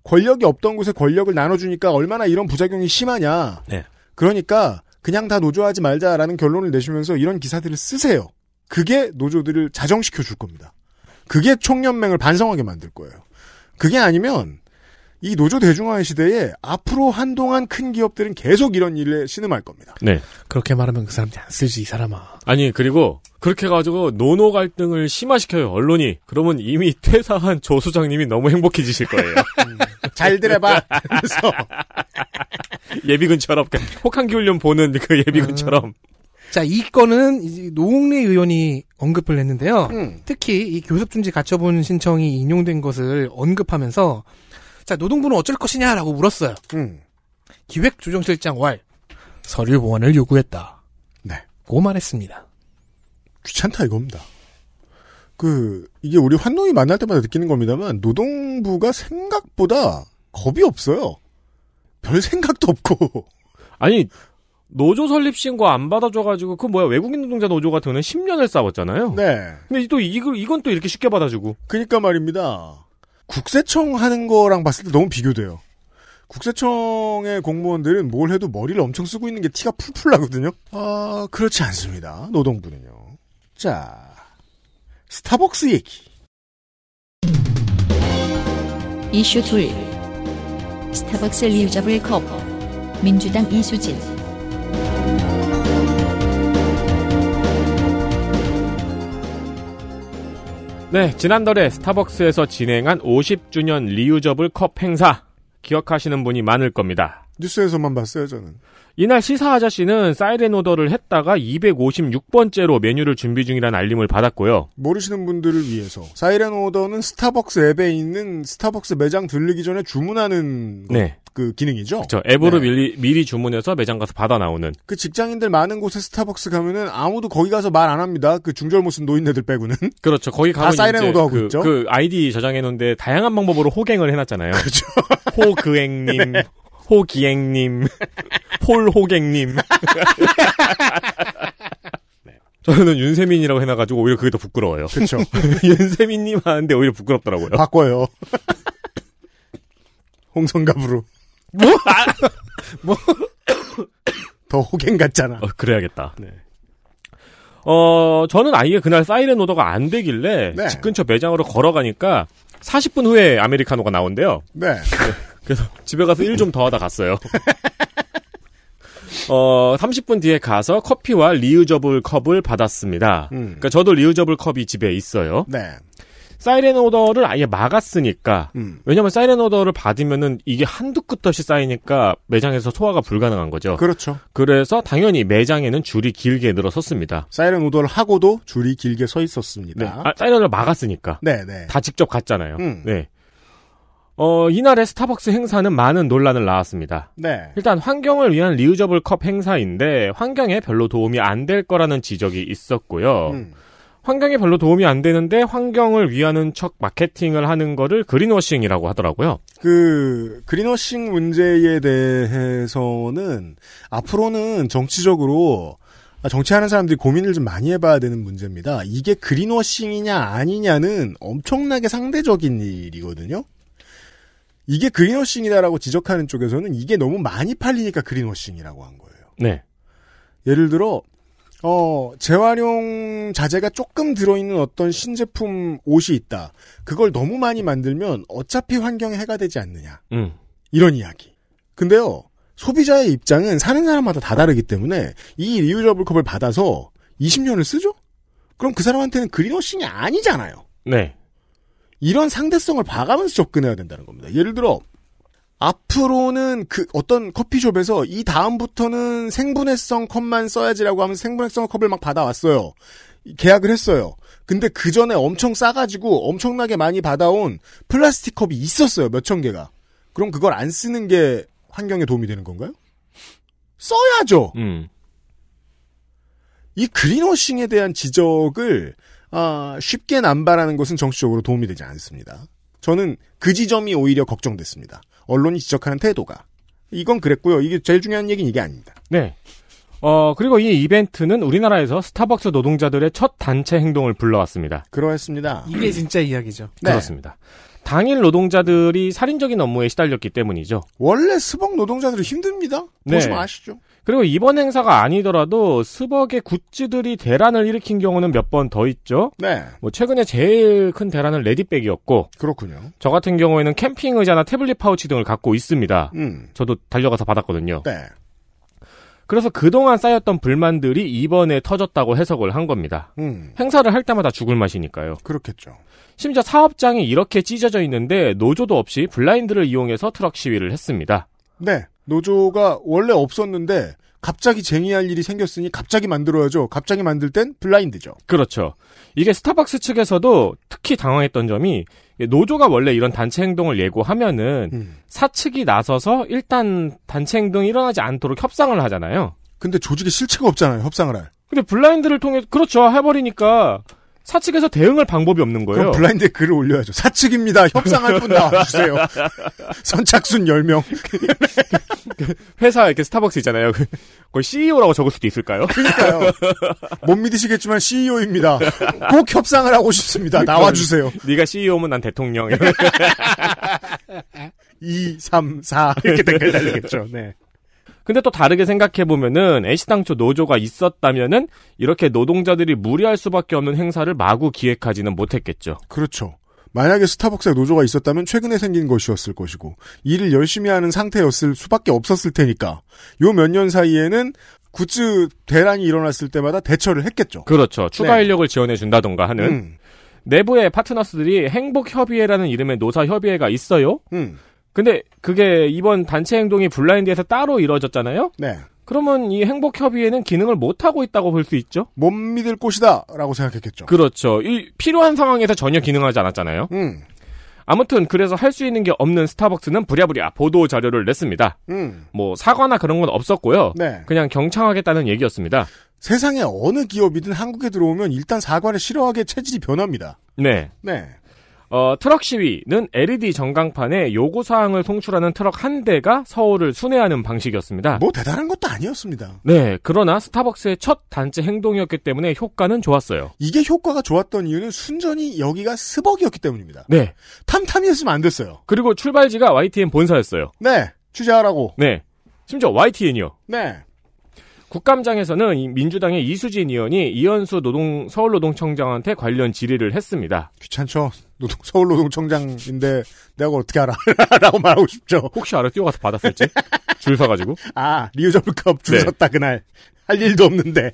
Speaker 4: 권력이 없던 곳에 권력을 나눠주니까 얼마나 이런 부작용이 심하냐.
Speaker 2: 네.
Speaker 4: 그러니까 그냥 다 노조하지 말자라는 결론을 내시면서 이런 기사들을 쓰세요. 그게 노조들을 자정시켜 줄 겁니다. 그게 총연맹을 반성하게 만들 거예요. 그게 아니면 이 노조 대중화의 시대에 앞으로 한동안 큰 기업들은 계속 이런 일에 신음할 겁니다.
Speaker 2: 네.
Speaker 3: 그렇게 말하면 그 사람들이 안 쓰지, 이 사람아.
Speaker 2: 아니, 그리고 그렇게 해가지고 노노 갈등을 심화시켜요, 언론이. 그러면 이미 퇴사한 조 소장님이 너무 행복해지실 거예요.
Speaker 4: 잘들 해봐. 그래서
Speaker 2: *laughs* 예비군처럼. 그러니까 혹한기 훈련 보는 그 예비군처럼.
Speaker 3: 자, 이 건은 이제 노웅래 의원이 언급을 했는데요.
Speaker 4: 음.
Speaker 3: 특히 이 교섭중지 가처분 신청이 인용된 것을 언급하면서 자, 노동부는 어쩔 것이냐라고 물었어요.
Speaker 4: 음,
Speaker 3: 기획조정실장 왈. 서류 보완을 요구했다.
Speaker 4: 네.
Speaker 3: 고 말했습니다.
Speaker 4: 귀찮다 이겁니다. 그 이게 우리 환농이 만날 때마다 느끼는 겁니다만 노동부가 생각보다 겁이 없어요. 별 생각도 없고 *laughs*
Speaker 2: 아니, 노조 설립 신고 안 받아줘가지고, 그 뭐야, 외국인 노동자 노조 같은 경우는 10년을 싸웠잖아요.
Speaker 4: 네.
Speaker 2: 근데 또 이거, 이건 또 이렇게 쉽게 받아주고.
Speaker 4: 그러니까 말입니다. 국세청 하는 거랑 봤을 때 너무 비교돼요. 국세청의 공무원들은 뭘 해도 머리를 엄청 쓰고 있는 게 티가 풀풀 나거든요. 아, 그렇지 않습니다. 노동부는요. 자, 스타벅스 얘기.
Speaker 1: 이슈 둘 스타벅스 리유저블 컵 민주당 이수진
Speaker 2: 네, 지난달에 스타벅스에서 진행한 50주년 리유저블 컵 행사. 기억하시는 분이 많을 겁니다.
Speaker 4: 뉴스에서만 봤어요, 저는.
Speaker 2: 이날 시사 아저씨는 사이렌 오더를 했다가 256번째로 메뉴를 준비 중이라는 알림을 받았고요.
Speaker 4: 모르시는 분들을 위해서 사이렌 오더는 스타벅스 앱에 있는 스타벅스 매장 들르기 전에 주문하는 거-
Speaker 2: 네.
Speaker 4: 그 기능이죠.
Speaker 2: 저 앱으로
Speaker 4: 네.
Speaker 2: 미리, 미리 주문해서 매장 가서 받아 나오는.
Speaker 4: 그 직장인들 많은 곳에 스타벅스 가면은 아무도 거기 가서 말 안 합니다. 그 중절 못 쓴 노인네들 빼고는
Speaker 2: 그렇죠. 거기 가면
Speaker 4: 다 사이렌
Speaker 2: 이제
Speaker 4: 오더하고
Speaker 2: 그,
Speaker 4: 있죠?
Speaker 2: 그 아이디 저장해 놓은데 다양한 방법으로 호갱을 해 놨잖아요. 그렇죠. *laughs*
Speaker 4: *laughs*
Speaker 2: 호그행님, 호기행님, *laughs*
Speaker 4: *laughs*
Speaker 2: 홀호갱님. 저는 윤세민이라고 해놔가지고 오히려 그게 더 부끄러워요.
Speaker 4: 네. 그렇죠.
Speaker 2: *laughs*
Speaker 4: *laughs*
Speaker 2: 윤세민님 하는데 오히려 부끄럽더라고요.
Speaker 4: 바꿔요. *laughs* 홍성갑으로 뭐?
Speaker 2: 뭐?
Speaker 4: *laughs*
Speaker 2: 아,
Speaker 4: 더 호갱 같잖아.
Speaker 2: 어, 그래야겠다.
Speaker 4: 네.
Speaker 2: 어, 저는 아예 그날 사이렌 오더가 안 되길래
Speaker 4: 네.
Speaker 2: 집 근처 매장으로 걸어가니까 40분 후에 아메리카노가 나온대요.
Speaker 4: 네.
Speaker 2: 그래서 집에 가서 일 좀 더 하다 갔어요. *laughs* 어, 30분 뒤에 가서 커피와 리유저블 컵을 받았습니다.
Speaker 4: 음.
Speaker 2: 그러니까 저도 리유저블 컵이 집에 있어요.
Speaker 4: 네.
Speaker 2: 사이렌 오더를 아예 막았으니까
Speaker 4: 음.
Speaker 2: 왜냐면 사이렌 오더를 받으면은 이게 한두 끝도 없이 쌓이니까 매장에서 소화가 불가능한 거죠.
Speaker 4: 그렇죠.
Speaker 2: 그래서 당연히 매장에는 줄이 길게 늘어섰습니다.
Speaker 4: 사이렌 오더를 하고도 줄이 길게 서
Speaker 2: 네.
Speaker 4: 있었습니다.
Speaker 2: 아, 사이렌을 막았으니까.
Speaker 4: 네, 네.
Speaker 2: 다 직접 갔잖아요.
Speaker 4: 음.
Speaker 2: 네. 어, 이날의 스타벅스 행사는 많은 논란을 낳았습니다.
Speaker 4: 네.
Speaker 2: 일단 환경을 위한 리유저블 컵 행사인데 환경에 별로 도움이 안 될 거라는 지적이 있었고요.
Speaker 4: 음.
Speaker 2: 환경에 별로 도움이 안 되는데 환경을 위하는 척 마케팅을 하는 거를 그린워싱이라고 하더라고요.
Speaker 4: 그 그린워싱 문제에 대해서는 앞으로는 정치적으로 아, 정치하는 사람들이 고민을 좀 많이 해봐야 되는 문제입니다. 이게 그린워싱이냐 아니냐는 엄청나게 상대적인 일이거든요. 이게 그린워싱이다라고 지적하는 쪽에서는 이게 너무 많이 팔리니까 그린워싱이라고 한 거예요.
Speaker 2: 네.
Speaker 4: 예를 들어 어 재활용 자재가 조금 들어있는 어떤 신제품 옷이 있다. 그걸 너무 많이 만들면 어차피 환경에 해가 되지 않느냐
Speaker 2: 음.
Speaker 4: 이런 이야기. 근데요 소비자의 입장은 사는 사람마다 다 다르기 때문에 이 리유저블 컵을 받아서 20년을 쓰죠? 그럼 그 사람한테는 그린워싱이 아니잖아요.
Speaker 2: 네.
Speaker 4: 이런 상대성을 봐가면서 접근해야 된다는 겁니다. 예를 들어 앞으로는 그 어떤 커피숍에서 이 다음부터는 생분해성 컵만 써야지라고 하면서 생분해성 컵을 막 받아왔어요. 계약을 했어요. 근데 그 전에 엄청 싸가지고 엄청나게 많이 받아온 플라스틱 컵이 있었어요. 몇 천 개가. 그럼 그걸 안 쓰는 게 환경에 도움이 되는 건가요? 써야죠.
Speaker 2: 음.
Speaker 4: 이 그린워싱에 대한 지적을 아, 쉽게 남발하는 것은 정치적으로 도움이 되지 않습니다. 저는 그 지점이 오히려 걱정됐습니다. 언론이 지적하는 태도가 이건 그랬고요. 이게 제일 중요한 얘기는 이게 아닙니다.
Speaker 2: 네. 어, 그리고 이 이벤트는 우리나라에서 스타벅스 노동자들의 첫 단체 행동을 불러왔습니다.
Speaker 4: 그러했습니다.
Speaker 3: 이게 진짜 이야기죠.
Speaker 4: 네.
Speaker 2: 그렇습니다. 당일 노동자들이 살인적인 업무에 시달렸기 때문이죠.
Speaker 4: 원래 스벅 노동자들은 힘듭니다.
Speaker 2: 네.
Speaker 4: 보시면 아시죠.
Speaker 2: 그리고 이번 행사가 아니더라도 스벅의 굿즈들이 대란을 일으킨 경우는 몇 번 더 있죠.
Speaker 4: 네,
Speaker 2: 뭐 최근에 제일 큰 대란은 레디백이었고
Speaker 4: 그렇군요.
Speaker 2: 저 같은 경우에는 캠핑 의자나 태블릿 파우치 등을 갖고 있습니다.
Speaker 4: 음,
Speaker 2: 저도 달려가서 받았거든요.
Speaker 4: 네,
Speaker 2: 그래서 그동안 쌓였던 불만들이 이번에 터졌다고 해석을 한 겁니다.
Speaker 4: 음,
Speaker 2: 행사를 할 때마다 죽을 맛이니까요.
Speaker 4: 그렇겠죠.
Speaker 2: 심지어 사업장이 이렇게 찢어져 있는데 노조도 없이 블라인드를 이용해서 트럭 시위를 했습니다.
Speaker 4: 네, 노조가 원래 없었는데 갑자기 쟁의할 일이 생겼으니 갑자기 만들어야죠. 갑자기 만들 땐 블라인드죠.
Speaker 2: 그렇죠. 이게 스타벅스 측에서도 특히 당황했던 점이 노조가 원래 이런 단체 행동을 예고하면은
Speaker 4: 음.
Speaker 2: 사측이 나서서 일단 단체 행동이 일어나지 않도록 협상을 하잖아요.
Speaker 4: 근데 조직에 실체가 없잖아요. 협상을 할.
Speaker 2: 근데 블라인드를 통해 그렇죠 해버리니까 사측에서 대응할 방법이 없는 거예요.
Speaker 4: 그럼 블라인드에 글을 올려야죠. 사측입니다. 협상할 분 *laughs* 나와주세요. 선착순 10명.
Speaker 2: 회사 이렇게 스타벅스 있잖아요. 그 거의 CEO라고 적을 수도 있을까요?
Speaker 4: 그러니까요. 못 믿으시겠지만 CEO입니다. 꼭 협상을 하고 싶습니다. 나와주세요.
Speaker 2: *laughs* 네가 CEO면 난 대통령.
Speaker 4: 2, 3, 4 이렇게 댓글 달리겠죠. 네.
Speaker 2: *laughs* 근데 또 다르게 생각해보면은 애시당초 노조가 있었다면은 이렇게 노동자들이 무리할 수밖에 없는 행사를 마구 기획하지는 못했겠죠.
Speaker 4: 그렇죠. 만약에 스타벅스에 노조가 있었다면 최근에 생긴 것이었을 것이고 일을 열심히 하는 상태였을 수밖에 없었을 테니까 요 몇 년 사이에는 굿즈 대란이 일어났을 때마다 대처를 했겠죠.
Speaker 2: 그렇죠. 추가
Speaker 4: 네.
Speaker 2: 인력을 지원해준다던가 하는
Speaker 4: 음,
Speaker 2: 내부의 파트너스들이 행복협의회라는 이름의 노사협의회가 있어요.
Speaker 4: 음,
Speaker 2: 근데 그게 이번 단체 행동이 블라인드에서 따로 이뤄졌잖아요?
Speaker 4: 네.
Speaker 2: 그러면 이 행복협의회는 기능을 못하고 있다고 볼 수 있죠?
Speaker 4: 못 믿을 곳이다. 라고 생각했겠죠.
Speaker 2: 그렇죠. 이 필요한 상황에서 전혀 기능하지 않았잖아요?
Speaker 4: 음,
Speaker 2: 아무튼 그래서 할 수 있는 게 없는 스타벅스는 부랴부랴 보도 자료를 냈습니다.
Speaker 4: 음.
Speaker 2: 뭐 사과나 그런 건 없었고요.
Speaker 4: 네.
Speaker 2: 그냥 경청하겠다는 얘기였습니다.
Speaker 4: 세상에 어느 기업이든 한국에 들어오면 일단 사과를 싫어하게 체질이 변합니다.
Speaker 2: 네.
Speaker 4: 네.
Speaker 2: 어, 트럭 시위는 LED 전광판에 요구 사항을 송출하는 트럭 한 대가 서울을 순회하는 방식이었습니다.
Speaker 4: 뭐 대단한 것도 아니었습니다.
Speaker 2: 네, 그러나 스타벅스의 첫 단체 행동이었기 때문에 효과는 좋았어요.
Speaker 4: 이게 효과가 좋았던 이유는 순전히 여기가 스벅이었기 때문입니다.
Speaker 2: 네.
Speaker 4: 탐탐이었으면 안 됐어요.
Speaker 2: 그리고 출발지가 YTN 본사였어요.
Speaker 4: 네. 취재하라고.
Speaker 2: 네. 심지어 YTN이요.
Speaker 4: 네.
Speaker 2: 국감장에서는 이 민주당의 이수진 의원이 이현수 노동 서울노동청장한테 관련 질의를 했습니다.
Speaker 4: 귀찮죠. 노동, 서울노동청장인데 내가 그걸 어떻게 알아? *laughs* 라고 말하고 싶죠.
Speaker 2: 혹시 알아 뛰어가서 받았을지 *laughs* 줄 서가지고
Speaker 4: 아, 리우저블컵 줄
Speaker 2: 네.
Speaker 4: 섰다, 그날. 할 일도 없는데.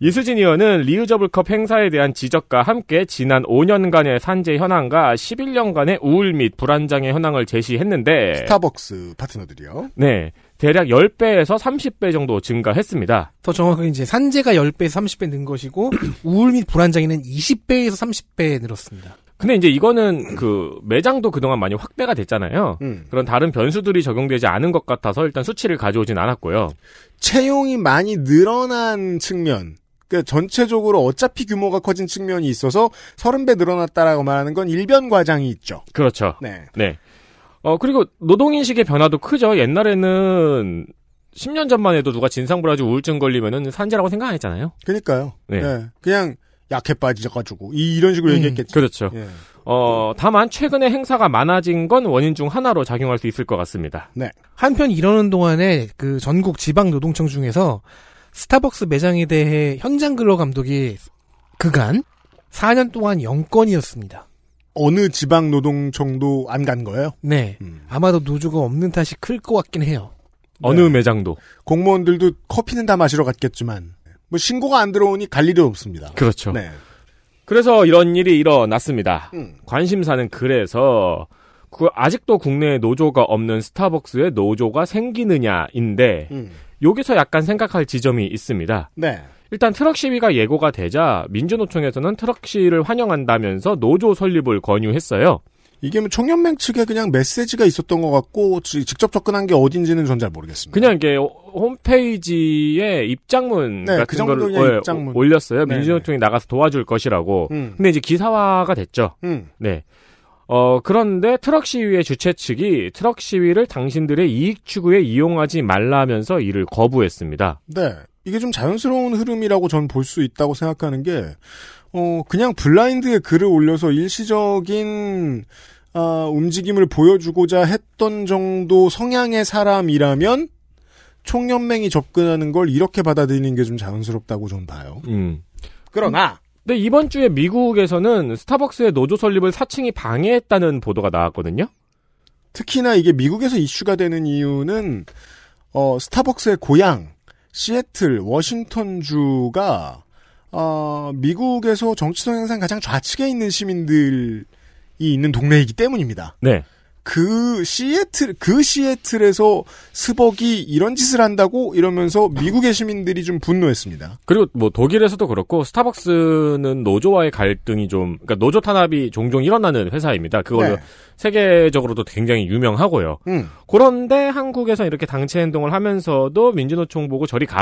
Speaker 2: 이수진 의원은 리우저블컵 행사에 대한 지적과 함께 지난 5년간의 산재 현황과 11년간의 우울 및 불안장애 현황을 제시했는데
Speaker 4: 스타벅스 파트너들이요.
Speaker 2: 네 대략 10배에서 30배 정도 증가했습니다.
Speaker 3: 더 정확하게 이제 산재가 10배, 30배 는 것이고 우울 및 불안장애는 20배에서 30배 늘었습니다.
Speaker 2: 근데 이제 이거는 그 매장도 그동안 많이 확대가 됐잖아요.
Speaker 4: 음.
Speaker 2: 그런 다른 변수들이 적용되지 않은 것 같아서 일단 수치를 가져오진 않았고요.
Speaker 4: 채용이 많이 늘어난 측면. 그러니까 전체적으로 어차피 규모가 커진 측면이 있어서 30배 늘어났다라고 말하는 건 일변 과장이 있죠.
Speaker 2: 그렇죠.
Speaker 4: 네.
Speaker 2: 네. 어, 그리고 노동인식의 변화도 크죠. 옛날에는 10년 전만 해도 누가 진상불아주 우울증 걸리면은 산재라고 생각 안 했잖아요.
Speaker 4: 그러니까요.
Speaker 2: 네.
Speaker 4: 네. 그냥 약해 빠지셔가지고 이, 런 식으로
Speaker 3: 음,
Speaker 4: 얘기했겠죠.
Speaker 2: 그렇죠.
Speaker 4: 예.
Speaker 2: 어, 다만 최근에 행사가 많아진 건 원인 중 하나로 작용할 수 있을 것 같습니다.
Speaker 3: 한편 이러는 동안에 그 전국 지방 노동청 중에서 스타벅스 매장에 대해 현장 근로 감독이 그간 4년 동안 0건이었습니다.
Speaker 4: 어느 지방 노동청도 안 간 거예요.
Speaker 3: 네.
Speaker 4: 음.
Speaker 3: 아마도 노조가 없는 탓이 클 것 같긴 해요.
Speaker 4: 네.
Speaker 2: 어느 매장도.
Speaker 4: 공무원들도 커피는 다 마시러 갔겠지만 뭐 신고가 안 들어오니 갈 일이 없습니다.
Speaker 2: 그렇죠.
Speaker 4: 네.
Speaker 2: 그래서 이런 일이 일어났습니다.
Speaker 4: 음.
Speaker 2: 관심사는 그래서 그 아직도 국내에 노조가 없는 스타벅스에 노조가 생기느냐인데
Speaker 4: 음.
Speaker 2: 여기서 약간 생각할 지점이 있습니다.
Speaker 4: 네.
Speaker 2: 일단 트럭 시위가 예고가 되자 민주노총에서는 트럭 시위를 환영한다면서 노조 설립을 권유했어요.
Speaker 4: 이게 뭐 총연맹 측에 그냥 메시지가 있었던 것 같고 지- 직접 접근한 게 어딘지는 전 잘 모르겠습니다.
Speaker 2: 그냥 이게 호- 홈페이지에 입장문
Speaker 4: 네,
Speaker 2: 같은 걸
Speaker 4: 그 정도 그냥
Speaker 2: 올-
Speaker 4: 입장문.
Speaker 2: 올렸어요.
Speaker 4: 네,
Speaker 2: 민주노총이 나가서 도와줄 것이라고.
Speaker 4: 음.
Speaker 2: 근데 이제 기사화가 됐죠.
Speaker 4: 음.
Speaker 2: 네. 어, 그런데 트럭 시위의 주최 측이 트럭 시위를 당신들의 이익 추구에 이용하지 말라면서 이를 거부했습니다.
Speaker 4: 네. 이게 좀 자연스러운 흐름이라고 전 볼 수 있다고 생각하는 게, 어, 그냥 블라인드에 글을 올려서 일시적인, 아, 움직임을 보여주고자 했던 정도 성향의 사람이라면, 총연맹이 접근하는 걸 이렇게 받아들이는 게 좀 자연스럽다고 전 봐요.
Speaker 2: 음.
Speaker 4: 그러나,
Speaker 2: 근데 이번 주에 미국에서는 스타벅스의 노조 설립을 사칭이 방해했다는 보도가 나왔거든요.
Speaker 4: 특히나 이게 미국에서 이슈가 되는 이유는 어, 스타벅스의 고향 시애틀 워싱턴주가 어, 미국에서 정치성 향상 가장 좌측에 있는 시민들이 있는 동네이기 때문입니다.
Speaker 2: 네.
Speaker 4: 그 시애틀 그 시애틀에서 스벅이 이런 짓을 한다고 이러면서 미국의 시민들이 좀 분노했습니다.
Speaker 2: 그리고 뭐 독일에서도 그렇고 스타벅스는 노조와의 갈등이 좀 그러니까 노조 탄압이 종종 일어나는 회사입니다. 그걸로
Speaker 4: 네.
Speaker 2: 세계적으로도 굉장히 유명하고요.
Speaker 4: 음,
Speaker 2: 그런데 한국에서 이렇게 당체 행동을 하면서 민주노총 보고 저리
Speaker 4: 네.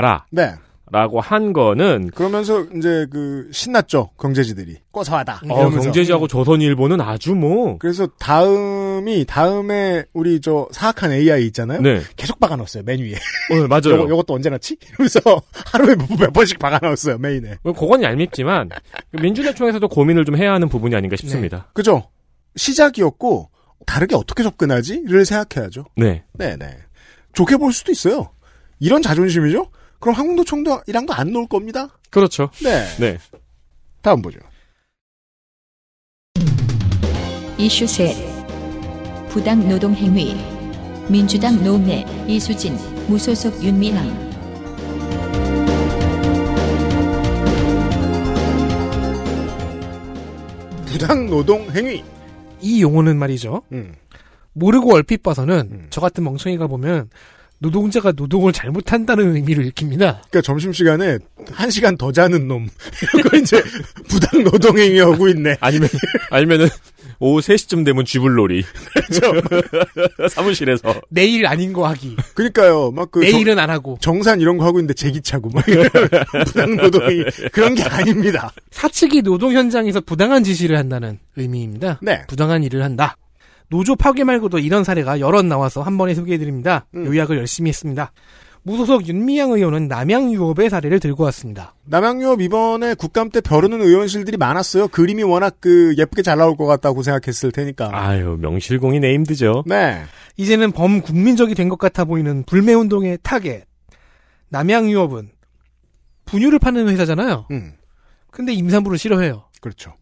Speaker 2: 가라라고 한 거는
Speaker 4: 그러면서 이제 그 신났죠 경제지들이 꼬사하다.
Speaker 2: 어,
Speaker 4: 이러면서.
Speaker 2: 경제지하고 조선일보는 아주 뭐
Speaker 4: 그래서 다음이 다음에 우리 저 사악한 AI 있잖아요.
Speaker 2: 네,
Speaker 4: 계속 박아 넣었어요 메뉴 위에.
Speaker 2: 어, 맞아요.
Speaker 4: 요거, 요것도 언제 넣지? 이러면서 *laughs* 하루에 몇, 몇 번씩 박아 넣었어요 메인에.
Speaker 2: 뭐 그건 얄밉지만 민주노총에서도 고민을 좀 해야 하는 부분이 아닌가 싶습니다.
Speaker 4: 그죠? 시작이었고 다르게 어떻게 접근하지?를 생각해야죠.
Speaker 2: 네,
Speaker 4: 네네. 좋게 볼 수도 있어요. 이런 자존심이죠? 그럼 한국노총도 이란 거 안 놓을 겁니다.
Speaker 2: 그렇죠.
Speaker 4: 네.
Speaker 2: 네,
Speaker 4: 다음 보죠.
Speaker 1: 이슈 셋 부당 노동 행위 민주당 노웅래 이수진 무소속 윤미향
Speaker 4: 부당 노동 행위.
Speaker 3: 이 용어는 말이죠.
Speaker 4: 음.
Speaker 3: 모르고 얼핏 봐서는
Speaker 4: 음.
Speaker 3: 저 같은 멍청이가 보면 노동자가 노동을 잘못한다는 의미로 읽힙니다.
Speaker 4: 그러니까 점심시간에 한 시간 더 자는 놈 *laughs* 이런 거 이제 부당 노동행위하고 있네.
Speaker 8: 아니면 *laughs* 아니면은 오후 3시쯤 되면 쥐불놀이. *laughs*
Speaker 4: 그렇죠.
Speaker 8: 사무실에서
Speaker 3: 내일 아닌 거
Speaker 4: *laughs*
Speaker 3: 하기.
Speaker 4: 그러니까요, 막그
Speaker 3: 내일은 안 하고.
Speaker 4: 정산 이런 거 하고 있는데 제기차고 막 부당 노동행위 그런 게 아닙니다.
Speaker 3: 사측이 노동 현장에서 부당한 지시를 한다는 의미입니다.
Speaker 4: 네,
Speaker 3: 부당한 일을 한다. 노조 파괴 말고도 이런 사례가 여럿 나와서 한 번에 소개해드립니다.
Speaker 4: 음.
Speaker 3: 요약을 열심히 했습니다. 무소속 윤미향 의원은 남양유업의 사례를 들고 왔습니다.
Speaker 4: 남양유업 이번에 국감 때 벼르는 의원실들이 많았어요. 그림이 워낙 그 예쁘게 잘 나올 것 같다고 생각했을 테니까.
Speaker 8: 아유, 명실공히 네임드죠.
Speaker 4: 네,
Speaker 3: 이제는 범국민적이 된 것 같아 보이는 불매운동의 타겟. 남양유업은 분유를 파는 회사잖아요.
Speaker 4: 음,
Speaker 3: 근데 임산부를 싫어해요.
Speaker 4: 그렇죠.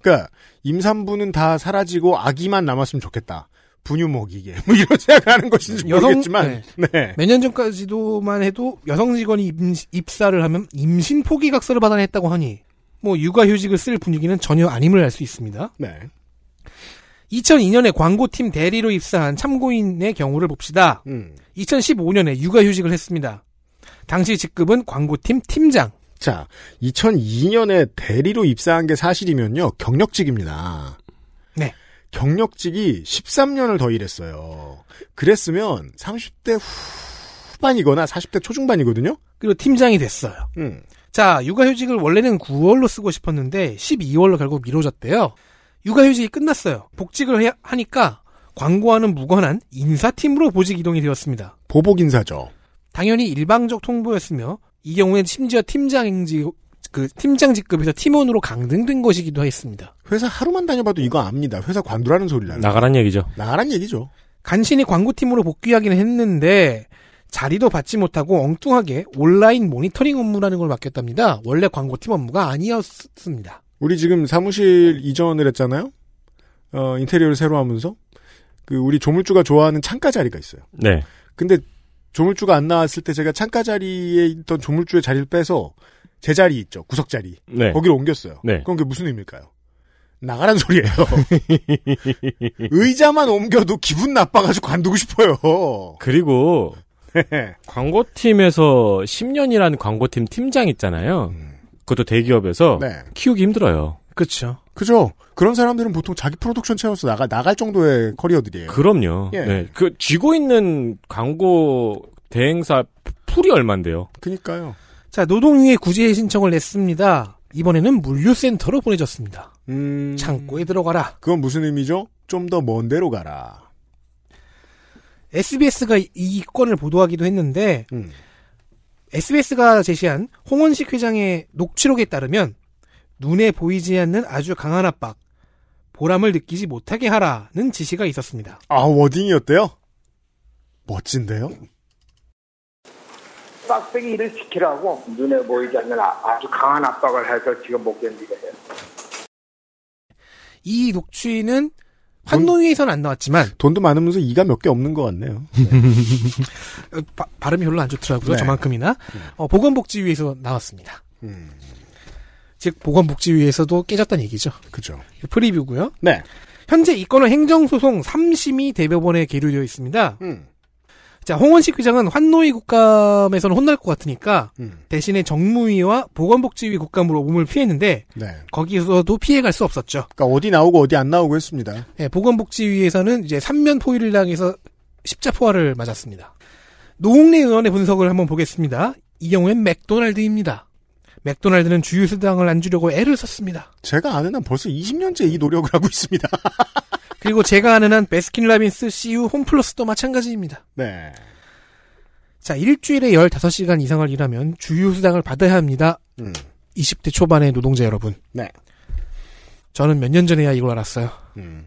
Speaker 4: 그러니까 임산부는 다 사라지고 아기만 남았으면 좋겠다. 분유 먹이게 뭐 이런 생각하는 것인지
Speaker 3: 여성-
Speaker 4: 모르겠지만, 네.
Speaker 3: 몇 년 전까지도만 해도 여성 직원이 임- 입사를 하면 임신 포기각서를 받아냈다고 하니 뭐 육아휴직을 쓸 분위기는 전혀 아님을 알 수 있습니다.
Speaker 4: 네,
Speaker 3: 2002년에 광고팀 대리로 입사한 참고인의 경우를 봅시다.
Speaker 4: 음.
Speaker 3: 2015년에 육아휴직을 했습니다. 당시 직급은 광고팀 팀장.
Speaker 4: 자, 2002년에 대리로 입사한 게 사실이면요, 경력직입니다.
Speaker 3: 네.
Speaker 4: 경력직이 13년을 더 일했어요. 그랬으면 30대 후반이거나 40대 초중반이거든요?
Speaker 3: 그리고 팀장이 됐어요.
Speaker 4: 음.
Speaker 3: 자, 육아휴직을 원래는 9월로 쓰고 싶었는데 12월로 결국 미뤄졌대요. 육아휴직이 끝났어요. 복직을 해- 하니까 광고와는 무관한 인사팀으로 보직 이동이 되었습니다.
Speaker 4: 보복인사죠.
Speaker 3: 당연히 일방적 통보였으며 이 경우엔 심지어 팀장인지 그 팀장 직급에서 팀원으로 강등된 것이기도 했습니다.
Speaker 4: 회사 하루만 다녀봐도 이거 압니다. 회사 관두라는 소리라는.
Speaker 8: 나가란 얘기죠.
Speaker 4: 나가란 얘기죠.
Speaker 3: 간신히 광고팀으로 복귀하기는 했는데 자리도 받지 못하고 엉뚱하게 온라인 모니터링 업무라는 걸 맡겼답니다. 원래 광고팀 업무가 아니었습니다.
Speaker 4: 우리 지금 사무실 이전을 했잖아요? 어, 인테리어를 새로 하면서? 그, 우리 조물주가 좋아하는 창가 자리가 있어요.
Speaker 8: 네.
Speaker 4: 근데 조물주가 안 나왔을 때 제가 창가 자리에 있던 조물주의 자리를 빼서 제 자리 있죠. 구석 자리.
Speaker 8: 네.
Speaker 4: 거기로 옮겼어요.
Speaker 8: 네.
Speaker 4: 그럼 그게 무슨 의미일까요? 나가란 소리예요. *laughs* 의자만 옮겨도 기분 나빠가지고 관두고 싶어요. *laughs*
Speaker 8: 그리고 광고팀에서 10년이란 광고팀 팀장 있잖아요. 그것도 대기업에서
Speaker 4: 음. 네.
Speaker 8: 키우기 힘들어요.
Speaker 3: 그렇죠.
Speaker 4: 그죠? 그런 사람들은 보통 자기 프로덕션 채워서 나가, 나갈 정도의 커리어들이에요.
Speaker 8: 그럼요.
Speaker 4: 예.
Speaker 8: 네. 그 쥐고 있는 광고 대행사 풀이 얼만데요?
Speaker 4: 그니까요.
Speaker 3: 자 노동위에 구제 신청을 냈습니다. 이번에는 물류센터로 보내졌습니다.
Speaker 4: 음.
Speaker 3: 창고에 들어가라.
Speaker 4: 그건 무슨 의미죠? 좀 더 먼 데로 가라.
Speaker 3: SBS가 이 건을 보도하기도 했는데
Speaker 4: 음.
Speaker 3: SBS가 제시한 홍원식 회장의 녹취록에 따르면 눈에 보이지 않는 아주 강한 압박, 보람을 느끼지 못하게 하라는 지시가 있었습니다.
Speaker 4: 아, 워딩이었대요? 멋진데요?
Speaker 9: 빡빡이 일을 지키라고 눈에 보이지 않는 아- 아주 강한 압박을 해서 지금 못 견디게 해요.
Speaker 3: 이 녹취는 환노위에서는 안 나왔지만
Speaker 4: 돈도 많으면서 이가 몇 개 없는 것 같네요.
Speaker 3: 어, 바- 발음이 별로 안 좋더라고요.
Speaker 4: 네.
Speaker 3: 저만큼이나 어, 보건복지위에서 나왔습니다.
Speaker 4: 음,
Speaker 3: 즉 보건복지위에서도 깨졌다는 얘기죠.
Speaker 4: *laughs* 그죠.
Speaker 3: 프리뷰고요.
Speaker 4: 네.
Speaker 3: 현재 이 건은 행정소송 3심이 대법원에 계류되어 있습니다.
Speaker 4: 음,
Speaker 3: 자 홍원식 회장은 환노위 국감에서는 혼날 것 같으니까
Speaker 4: 음,
Speaker 3: 대신에 정무위와 보건복지위 국감으로 몸을 피했는데
Speaker 4: 네.
Speaker 3: 거기서도 피해갈 수 없었죠.
Speaker 4: 그러니까 어디 나오고 어디 안 나오고 했습니다.
Speaker 3: 예, 보건복지위에서는 이제 삼면 포위를 당해서 십자포화를 맞았습니다. 노웅래 의원의 분석을 한번 보겠습니다. 이 경우엔 맥도날드입니다. 맥도날드는 주유수당을 안 주려고 애를 썼습니다.
Speaker 4: 제가 아는 한 벌써 20년째 이 노력을 하고 있습니다.
Speaker 3: 그리고 제가 아는 한 베스킨라빈스 CU 홈플러스도 마찬가지입니다.
Speaker 4: 네.
Speaker 3: 자, 일주일에 15시간 이상을 일하면 주유수당을 받아야 합니다.
Speaker 4: 음.
Speaker 3: 20대 초반의 노동자 여러분.
Speaker 4: 네.
Speaker 3: 저는 몇 년 전에야 이걸 알았어요.
Speaker 4: 음.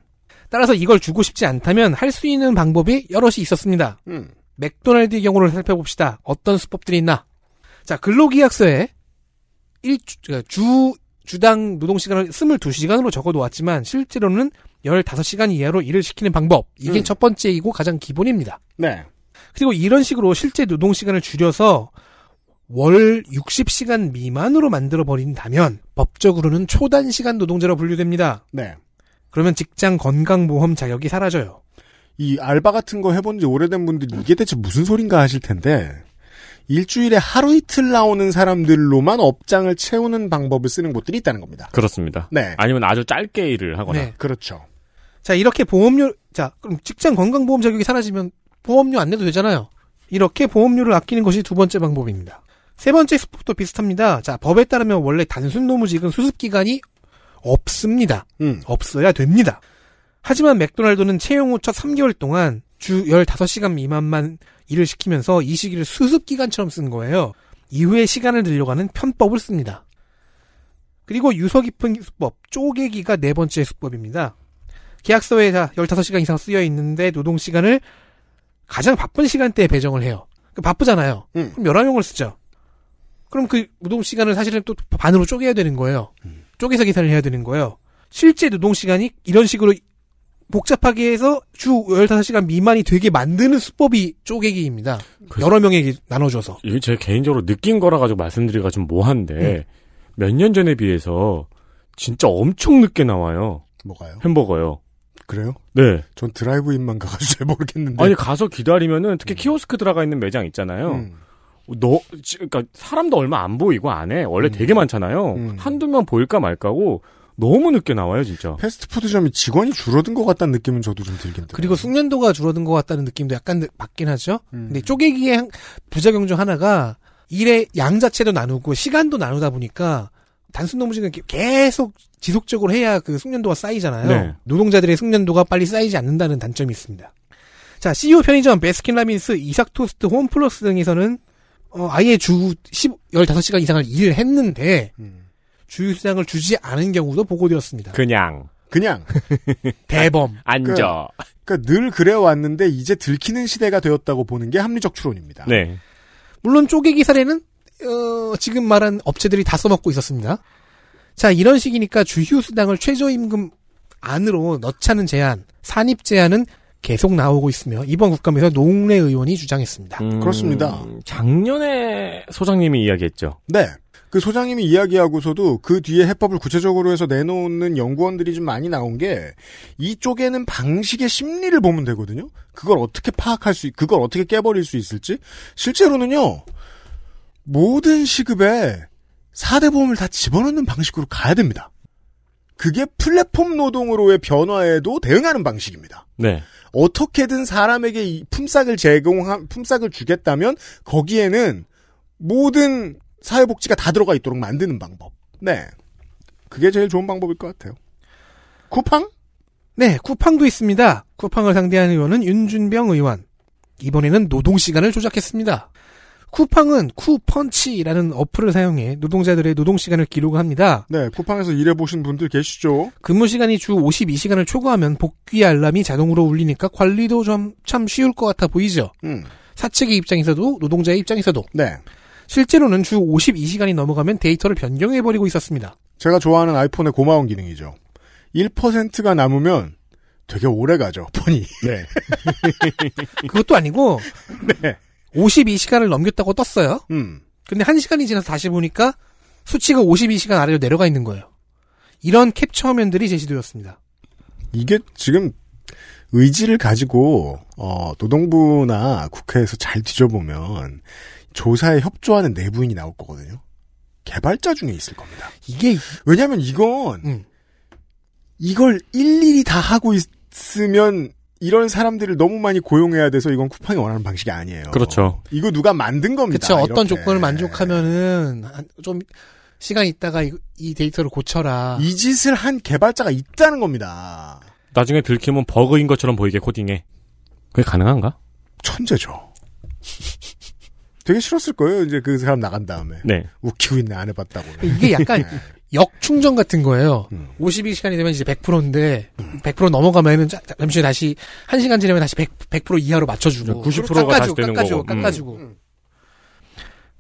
Speaker 3: 따라서 이걸 주고 싶지 않다면 할 수 있는 방법이 여럿이 있었습니다.
Speaker 4: 음.
Speaker 3: 맥도날드의 경우를 살펴봅시다. 어떤 수법들이 있나? 자, 근로계약서에 일주 그러니까 주, 주당 노동시간을 22시간으로 적어 놓았지만 실제로는 15시간 이하로 일을 시키는 방법. 이게
Speaker 4: 음.
Speaker 3: 첫 번째이고 가장 기본입니다.
Speaker 4: 네.
Speaker 3: 그리고 이런 식으로 실제 노동시간을 줄여서 월 60시간 미만으로 만들어 버린다면 법적으로는 초단시간 노동자로 분류됩니다.
Speaker 4: 네.
Speaker 3: 그러면 직장 건강보험 자격이 사라져요.
Speaker 4: 이 알바 같은 거 해본 지 오래된 분들 이게 대체 무슨 소린가 하실 텐데 일주일에 하루 이틀 나오는 사람들로만 업장을 채우는 방법을 쓰는 곳들이 있다는 겁니다.
Speaker 2: 그렇습니다.
Speaker 4: 네.
Speaker 2: 아니면 아주 짧게 일을 하거나
Speaker 3: 네.
Speaker 4: 그렇죠.
Speaker 3: 자, 이렇게 보험료, 자, 그럼 직장 건강보험 자격이 사라지면 보험료 안 내도 되잖아요. 이렇게 보험료를 아끼는 것이 두 번째 방법입니다. 세 번째 수법도 비슷합니다. 자, 법에 따르면 원래 단순 노무직은 수습기간이 없습니다.
Speaker 4: 음.
Speaker 3: 없어야 됩니다. 하지만 맥도날드는 채용 후 첫 3개월 동안 주 15시간 미만만 일을 시키면서 이 시기를 수습기간처럼 쓴 거예요. 이후에 시간을 늘려가는 편법을 씁니다. 그리고 유서 깊은 수법, 쪼개기가 네 번째 수법입니다. 계약서에 다 15시간 이상 쓰여 있는데 노동시간을 가장 바쁜 시간대에 배정을 해요. 그 바쁘잖아요.
Speaker 4: 음.
Speaker 3: 그럼 11명을 쓰죠. 그럼 그 노동시간을 사실은 또 반으로 쪼개야 되는 거예요.
Speaker 4: 음.
Speaker 3: 쪼개서 계산을 해야 되는 거예요. 실제 노동시간이 이런 식으로 복잡하게 해서 주 15시간 미만이 되게 만드는 수법이 쪼개기입니다. 여러 명에게 나눠줘서.
Speaker 2: 이게 제 개인적으로 느낀 거라 가지고 말씀드리기가 좀
Speaker 3: 음.
Speaker 4: 네.
Speaker 2: 모한데 몇 년 전에 비해서 진짜 엄청 늦게 나와요
Speaker 4: 뭐가요?
Speaker 2: 햄버거요.
Speaker 4: 그래요?
Speaker 2: 네.
Speaker 4: 전 드라이브인만 가가지고 잘 모르겠는데.
Speaker 2: 아니 가서 기다리면은 특히 키오스크 들어가 있는 매장 있잖아요.
Speaker 4: 음.
Speaker 2: 너 지- 그러니까 사람도 얼마 안 보이고 안에 원래
Speaker 4: 음.
Speaker 2: 되게 많잖아요.
Speaker 4: 음.
Speaker 2: 한두 명 보일까 말까고 너무 늦게 나와요 진짜.
Speaker 4: 패스트푸드점이 직원이 줄어든 것 같다는 느낌은 저도 좀 들긴 들어요.
Speaker 3: 그리고 숙련도가 줄어든 것 같다는 느낌도 약간 느- 받긴 하죠.
Speaker 4: 음.
Speaker 3: 근데 쪼개기의 한- 부작용 중 하나가 일의 양 자체도 나누고 시간도 나누다 보니까 단순 노무직은 게- 계속 지속적으로 해야 그 숙련도가 쌓이잖아요.
Speaker 2: 네.
Speaker 3: 노동자들의 숙련도가 빨리 쌓이지 않는다는 단점이 있습니다. 자, CEO 편의점, 베스킨라빈스, 이삭토스트, 홈플러스 등에서는 어, 아예 주 10, 15시간 이상을 일을 했는데
Speaker 4: 음.
Speaker 3: 주휴수당을 주지 않은 경우도 보고되었습니다.
Speaker 2: 그냥
Speaker 4: 그냥
Speaker 3: 대범.
Speaker 2: 앉아.
Speaker 4: 그러니까 늘 그래 왔는데 이제 들키는 시대가 되었다고 보는 게 합리적 추론입니다.
Speaker 2: 네.
Speaker 3: 물론 쪼개기 사례는 어, 지금 말한 업체들이 다 써먹고 있었습니다. 자 이런 식이니까 주휴수당을 최저임금 안으로 넣자는 제안, 산입 제안은 계속 나오고 있으며 이번 국감에서 노웅래 의원이 주장했습니다.
Speaker 2: 음,
Speaker 4: 그렇습니다.
Speaker 2: 작년에 소장님이 이야기했죠.
Speaker 4: 네. 그 소장님이 이야기하고서도 그 뒤에 해법을 구체적으로 해서 내놓는 연구원들이 좀 많이 나온 게 이쪽에는 방식의 심리를 보면 되거든요. 그걸 어떻게 파악할 수, 있- 그걸 어떻게 깨버릴 수 있을지. 실제로는요, 모든 시급에 4대 보험을 다 집어넣는 방식으로 가야 됩니다. 그게 플랫폼 노동으로의 변화에도 대응하는 방식입니다.
Speaker 2: 네.
Speaker 4: 어떻게든 사람에게 이 품삯을 제공한 품삯을 주겠다면 거기에는 모든 사회복지가 다 들어가 있도록 만드는 방법. 네, 그게 제일 좋은 방법일 것 같아요. 쿠팡?
Speaker 3: 네, 쿠팡도 있습니다. 쿠팡을 상대한 의원은 윤준병 의원. 이번에는 노동시간을 조작했습니다. 쿠팡은 쿠펀치라는 어플을 사용해 노동자들의 노동시간을 기록합니다.
Speaker 4: 네, 쿠팡에서 일해 보신 분들 계시죠?
Speaker 3: 근무 시간이 주 52시간을 초과하면 복귀 알람이 자동으로 울리니까 관리도 좀 참 쉬울 것 같아 보이죠.
Speaker 4: 음,
Speaker 3: 사측의 입장에서도 노동자의 입장에서도
Speaker 4: 네.
Speaker 3: 실제로는 주 52시간이 넘어가면 데이터를 변경해 버리고 있었습니다.
Speaker 4: 제가 좋아하는 아이폰의 고마운 기능이죠. 1%가 남으면 되게 오래 가죠, 폰이. 네.
Speaker 3: 그것도 아니고
Speaker 4: *laughs* 네.
Speaker 3: 52시간을 넘겼다고 떴어요.
Speaker 4: *laughs* 음,
Speaker 3: 근데 1시간이 지나서 다시 보니까 수치가 52시간 아래로 내려가 있는 거예요. 이런 캡처 화면들이 제시되었습니다.
Speaker 4: 이게 지금 의지를 가지고 어, 노동부나 국회에서 잘 뒤져보면 조사에 협조하는 내부인이 나올 거거든요. 개발자 중에 있을 겁니다.
Speaker 3: 이게
Speaker 4: 왜냐하면 이건
Speaker 3: 음.
Speaker 4: 이걸 일일이 다 하고 있으면 이런 사람들을 너무 많이 고용해야 돼서 이건 쿠팡이 원하는 방식이 아니에요.
Speaker 2: 그렇죠.
Speaker 4: 이거 누가 만든 겁니다.
Speaker 3: 그쵸. 어떤
Speaker 4: 이렇게.
Speaker 3: 조건을 만족하면은 한- 좀 시간 있다가 이, 이 데이터를 고쳐라.
Speaker 4: 이 짓을 한 개발자가 있다는 겁니다.
Speaker 2: 나중에 들키면 버그인 것처럼 보이게 코딩해. 그게 가능한가?
Speaker 4: 천재죠. 되게 싫었을 거예요. 이제 그 사람 나간 다음에.
Speaker 2: 네.
Speaker 4: 웃기고 있네 안 해봤다고. 네.
Speaker 3: 이게 약간
Speaker 4: *laughs*
Speaker 3: 역충전 같은 거예요.
Speaker 4: 음.
Speaker 3: 52시간이 되면 이제 100%인데 100% 넘어가면은 자- 잠시 후에 다시 1시간 지나면 다시 100, 100% 이하로 맞춰주고
Speaker 2: 90%가
Speaker 3: 깎아주고,
Speaker 2: 다시 되는
Speaker 3: 깎아주고,
Speaker 2: 거고. 음.
Speaker 3: 깎아주고